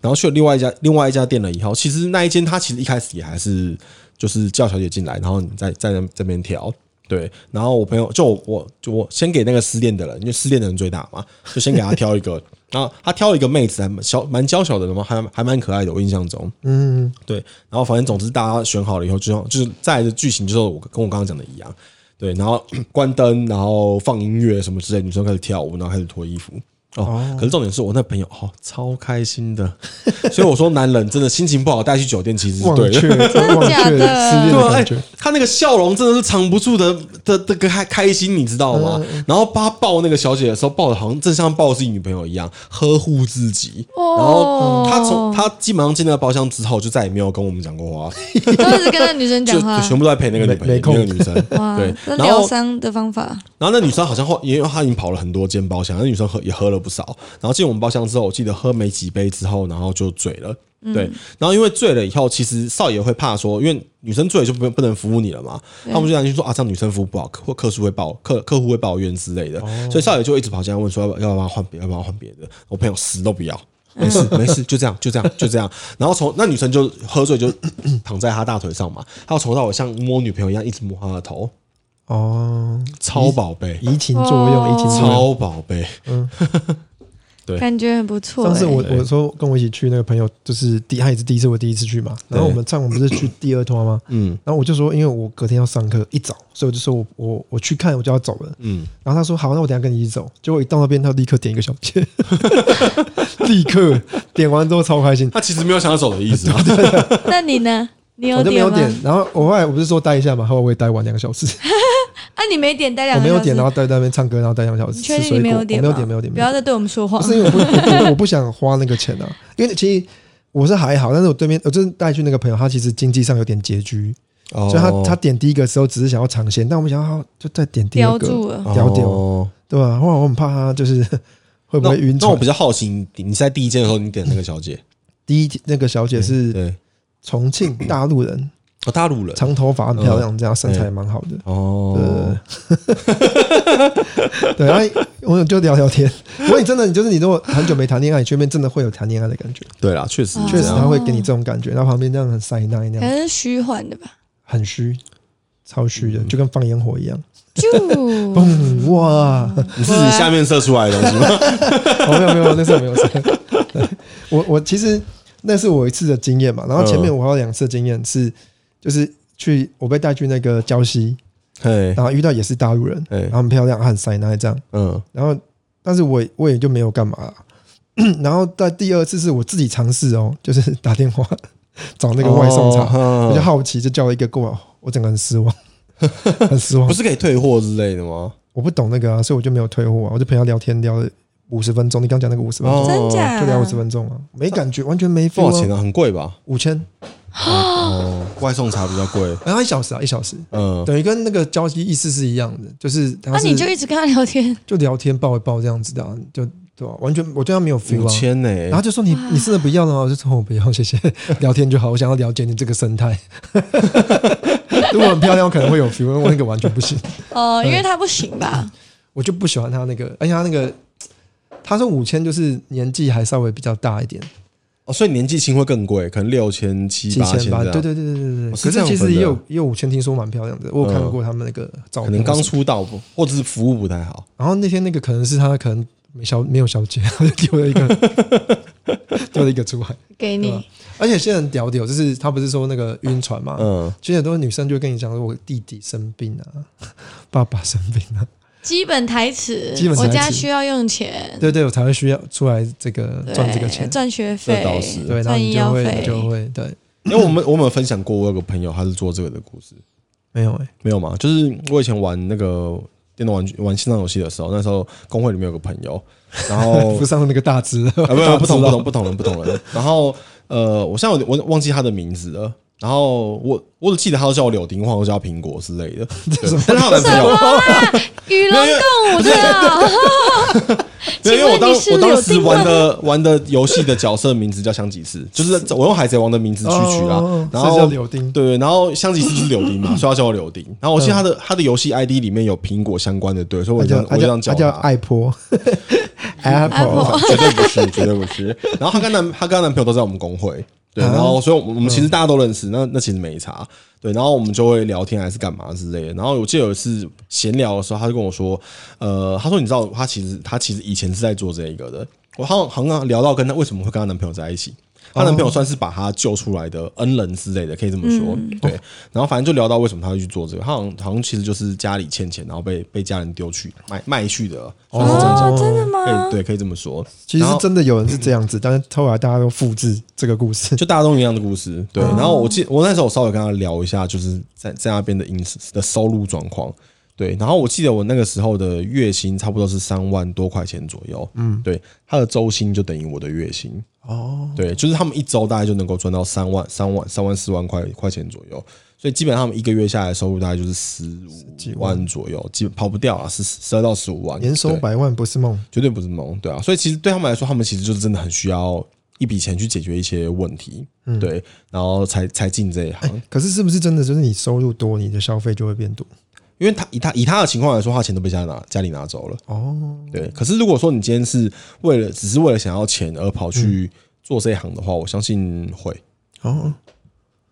C: 然后去了另外一家另外一家店了以后，其实那一间他其实一开始也还是就是叫小姐进来，然后你再在那这边调。对，然后我朋友就我我就我先给那个失恋的人，因为失恋的人最大嘛，就先给他挑一个， 然后他挑一个妹子，还蛮小蛮娇小的嘛，还还蛮可爱的，我印象中。
A: 嗯，
C: 对，然后反正总之大家选好了以后，就像就是再来的剧情就是我跟我刚刚讲的一 样，对，然后关灯，然后放音乐什么之类，女生开始跳舞，然后开始脱衣服，哦，可是重点是我那朋友哦，超开心的，所以我说男人真的心情不好带去酒店其实是
A: 忘
C: 对的
A: 却，，真忘却失恋
B: 真的假
A: 的
B: 的
C: 对啊，哎、
A: 感觉，
C: 他那个笑容真的是藏不住的的的个开开心，你知道吗？然后他抱那个小姐的时候，抱的好像正像抱自己女朋友一样，呵护自己。然后嗯
B: 哦
C: 他从他基本上进那个包厢之后，就再也没有跟我们讲过话，
B: 都一直跟那女生
C: 就
B: 讲啊话
C: 就，全部都在陪那个女朋
A: 没
C: 友
A: 没空
C: 那个女生。
B: 哇，
C: 对
B: 这，
C: 然
B: 疗
C: 后
B: 伤的方法，
C: 然后那女生好像后，因为她已经跑了很多间包厢，那女生喝也喝了不少。然后进我们包厢之后，我记得喝没几杯之后，然后就醉了。对，然后因为醉了以后，其实少爷会怕说，因为女生醉了就不不能服务你了嘛，他们就担心说啊，这样女生服务不好，客或客诉会抱客客户会抱怨之类的，所以少爷就一直跑进来问说要不要不要换别，要不要换别的？我朋友死都不要，没事没事，就这样就这样就这样。然后从那女生就喝醉就躺在他大腿上嘛，他从头到尾像摸女朋友一样一直摸她的头，
A: 哦，
C: 超宝贝，
A: 移情作用，
B: 哦
A: 移情作用。
C: 超宝贝，对
B: 感觉很不错欸。
A: 上次我
C: 对
A: 我说跟我一起去那个朋友，就是第他也是第一次，我第一次去嘛。然后
C: 对
A: 我们上午不是去第二团吗？
C: 嗯
A: 然后我就说，因为我隔天要上课一早，所以我就说我我我去看我就要走了。
C: 嗯，
A: 然后他说好，那我等一下跟你一起走。结果一到那边，他立刻点一个小姐， 立刻点完之后超开心。
C: 他其实没有想要走的意思 啊，
B: 那你呢？你有
A: 我就没有
B: 吗？
A: 点，然后我后来我不是说待一下嘛，后来我也待完两个小 时，
B: 啊，你没点待两
A: 我
B: 个
A: 没
B: 小时，
A: 有点，然后待在那边唱歌，然后待两个小时
B: 你
A: 吃
B: 确定
A: 水
B: 你没
A: 果，我
B: 有
A: 没
B: 点？
A: 有点，没有点，
B: 不
A: 没有
B: 要再对我们说谎
A: 不。是因为我不，我不我不想花那个钱啊，因为其实我是还好，但是我对面我就是带去那个朋友，他其实经济上有点拮据，
C: 所
A: 所以他
C: 哦
A: 他点第一个的时候只是想要尝鲜，但我们想要就再点第二
B: 叼
A: 个，
B: 住了，
A: 屌屌
C: 哦
A: 对吧、后来我很怕他就是会不
C: 那
A: 会晕
C: 那我
A: 船
C: 比。较好奇，你你在第一间的时候，你点那个小姐
A: 第一那个小姐是
C: 对
A: 重庆大陆人，
C: 哦，大陆人
A: 长头发很漂亮，这样身材也蛮好
C: 嗯
A: 的。
C: 哦，
A: 对，对，然后我们就聊聊天。 如果你真的，你就是你如果很久没谈恋爱，你去那边真的会有谈恋爱的感觉，
C: 对啦，确实
B: 哦
C: 是
A: 确
C: 这
A: 实
C: 样
A: 他会给你这种感觉。然后旁边这样很塞奶那
B: 可
A: 样，
B: 能是虚幻的 吧。
A: 很虚，超虚的，就跟放烟火一样。
B: 就
A: 嘣哇！
C: 你是
A: 啊
C: 指下面射出来 的东西吗？
A: 哦，没有没有，那时候没有车。 我我其实那是我一次的经验嘛，然后前面我还有两次的经验是，就是去我被带去那个礁溪，
C: 嘿，
A: 然后遇到也是大陆人，
C: 哎
A: 然后很漂亮，很塞奶这样，
C: 嗯，
A: 然后但是我也我也就没有干嘛、 然后在第二次是我自己尝试哦，就是打电话 找那个外送茶，
C: 哦
A: 我就好奇就叫了一个过来，我整个很失望， 很失望
C: 不。是可以退货之类的吗？
A: 我不懂那个啊，所以我就没有退货啊，我就陪他聊天聊了五十分钟，你刚讲那个五十分钟。
B: 真假？
A: 就聊五十分钟啊，没感觉，完全没 feel
C: 哦多少钱
A: 啊，
C: 啊？很贵吧？
A: 五千，
C: 哦，外送茶比较贵，
A: 然后一小时啊，一小时，
C: 嗯，
A: 等于跟那个交际意思是一样的，就是他
B: 那
A: 是
B: 啊你就一直跟他 聊天，
A: 就聊天抱一抱这样子的啊，就对吧？完全我对他没有 feel
C: 五
A: 啊。
C: 千呢？
A: 然后就说你你真的不要了吗？我就说我不要，谢 谢。聊天就好，我想要了解你这个生态。如果很漂亮，我可能会有 feel，因为我那个完全不行，
B: 哦，因为他不行吧？
A: 我就不喜欢他那个，而且他那个他说五千就是年纪还稍微比较大一点，
C: 哦，所以年纪轻会更贵，可能六千、七
A: 七
C: 八
A: 千
C: 千
A: 八，
C: 这
A: 对
C: 样。
A: 对对对对对。
C: 哦
A: 可
C: 是这
A: 是
C: 样
A: 其
C: 分
A: 实
C: 的嗯
A: 也有也有五千，听说蛮漂亮的，我有看过他们那个照
C: 可
A: 片。
C: 能刚，出道不，或者是服务不太好。
A: 然后那天那个可能是他可能没小没有小姐，他就丢 了一个丢了一个出来。
B: 给
A: 对啊
B: 你
A: 而且现在很屌屌，就是他不是说那个晕船嘛，
C: 嗯，
A: 其实很多女生就会跟你讲说我弟弟生病啊，爸爸生病啊，
B: 基本台词
A: 基本，台
B: 我
A: 词
B: 家需要用钱，
A: 对对，我才会需要出来这个
B: 对
A: 赚这个钱。
B: 赚学
C: 这
B: 费
C: 倒是，
A: 对，然后
B: 赚医
A: 你就
B: 药
A: 会你
B: 费，
A: 就会对，
C: 因为我们我们有分享过，我有个朋友他是做这个的故事，
A: 没有哎、
C: 没有吗？就是我以前玩那个电动玩具、玩线上游戏的时候，那时候工会里面有个朋友，然后
A: 欸，不上那个 大只，
C: 哦啊，不不不同不
A: 大只
C: 同不同人不同人。然后呃，我现在有点我忘记他的名字了。然后我我只记得他叫我柳丁，或者叫苹果之类的。对但是他有男朋友，
B: 与龙共舞的。
C: 对，因为我当
B: 请问你是
C: 我当
B: 柳
C: 时
B: 丁吗
C: 玩的玩的游戏的角色名字叫香吉士， 就是我用海贼王的名字去取啦
A: 哦。
C: 然
A: 所以叫
C: 后
A: 柳丁
C: 对对，然后香吉士就是柳 丁嘛，所以他叫我柳丁。然后我记得他的他的游戏 ID 里面有苹果相关的，对，所以我
A: 他
C: 这
A: 叫
C: 样我
A: 他
C: 这样
A: 叫
C: 叫啊
A: 他叫
C: 他
A: 爱 婆
B: 哦
A: ，Apple，
C: 绝对不是，绝对不是。 然后她跟男，她跟她男朋友都在我们工会，对，然后所以我们我们其实大家都认识，那那其实没差，对，然后我们就会聊天还是干嘛之类的。然后我记得有一次闲聊的时候，他就跟我说，呃，他说你知道，他其实他其实以前是在做这一个的。我好像好像聊到跟她为什么会跟她男朋友在一起，她男朋友算是把她救出来的恩人之类的，可以这么说。对，然后反正就聊到为什么她会去做这个，她好像好像其实就是家里欠钱，然后被被家人丢去卖卖去的，
A: 哦
C: 算是这样讲，
B: 哦，真的
C: 可以
B: 吗？
C: 对，可以这么说。
A: 其实
C: 然后
A: 真的有人是这样子，但是后来大家都复制这个故 事。
C: 就大家都一样的故事，对。然后我记，我那时候我稍微跟他聊一下，就是在在那边的饮食的收入状况，对。然后我记得我那个时候的月薪差不多是三万多块钱左右，嗯，对。他的周薪就等于我的月薪，
A: 哦，
C: 对，就是他们一周大概就能够赚到三万、三万、三万四万块块钱左右，所以基本上他们一个月下来收入大概就是十五万左右，基本跑不掉啊，是十二到十五万，
A: 年收
C: 对
A: 百万不是梦。
C: 绝对不是梦，对啊，所以其实对他们来说，他们其实就是真的很需要一笔钱去解决一些问题，对，然后才才进这一行，
A: 可是是不是真的就是你收入多，你的消费就会变多？
C: 因为他以他以他的情况来说，他钱都被家拿家里拿走了，
A: 哦，
C: 对。可是如果说你今天是为了只是为了想要钱而跑去做这一行的话，我相信会，
A: 哦，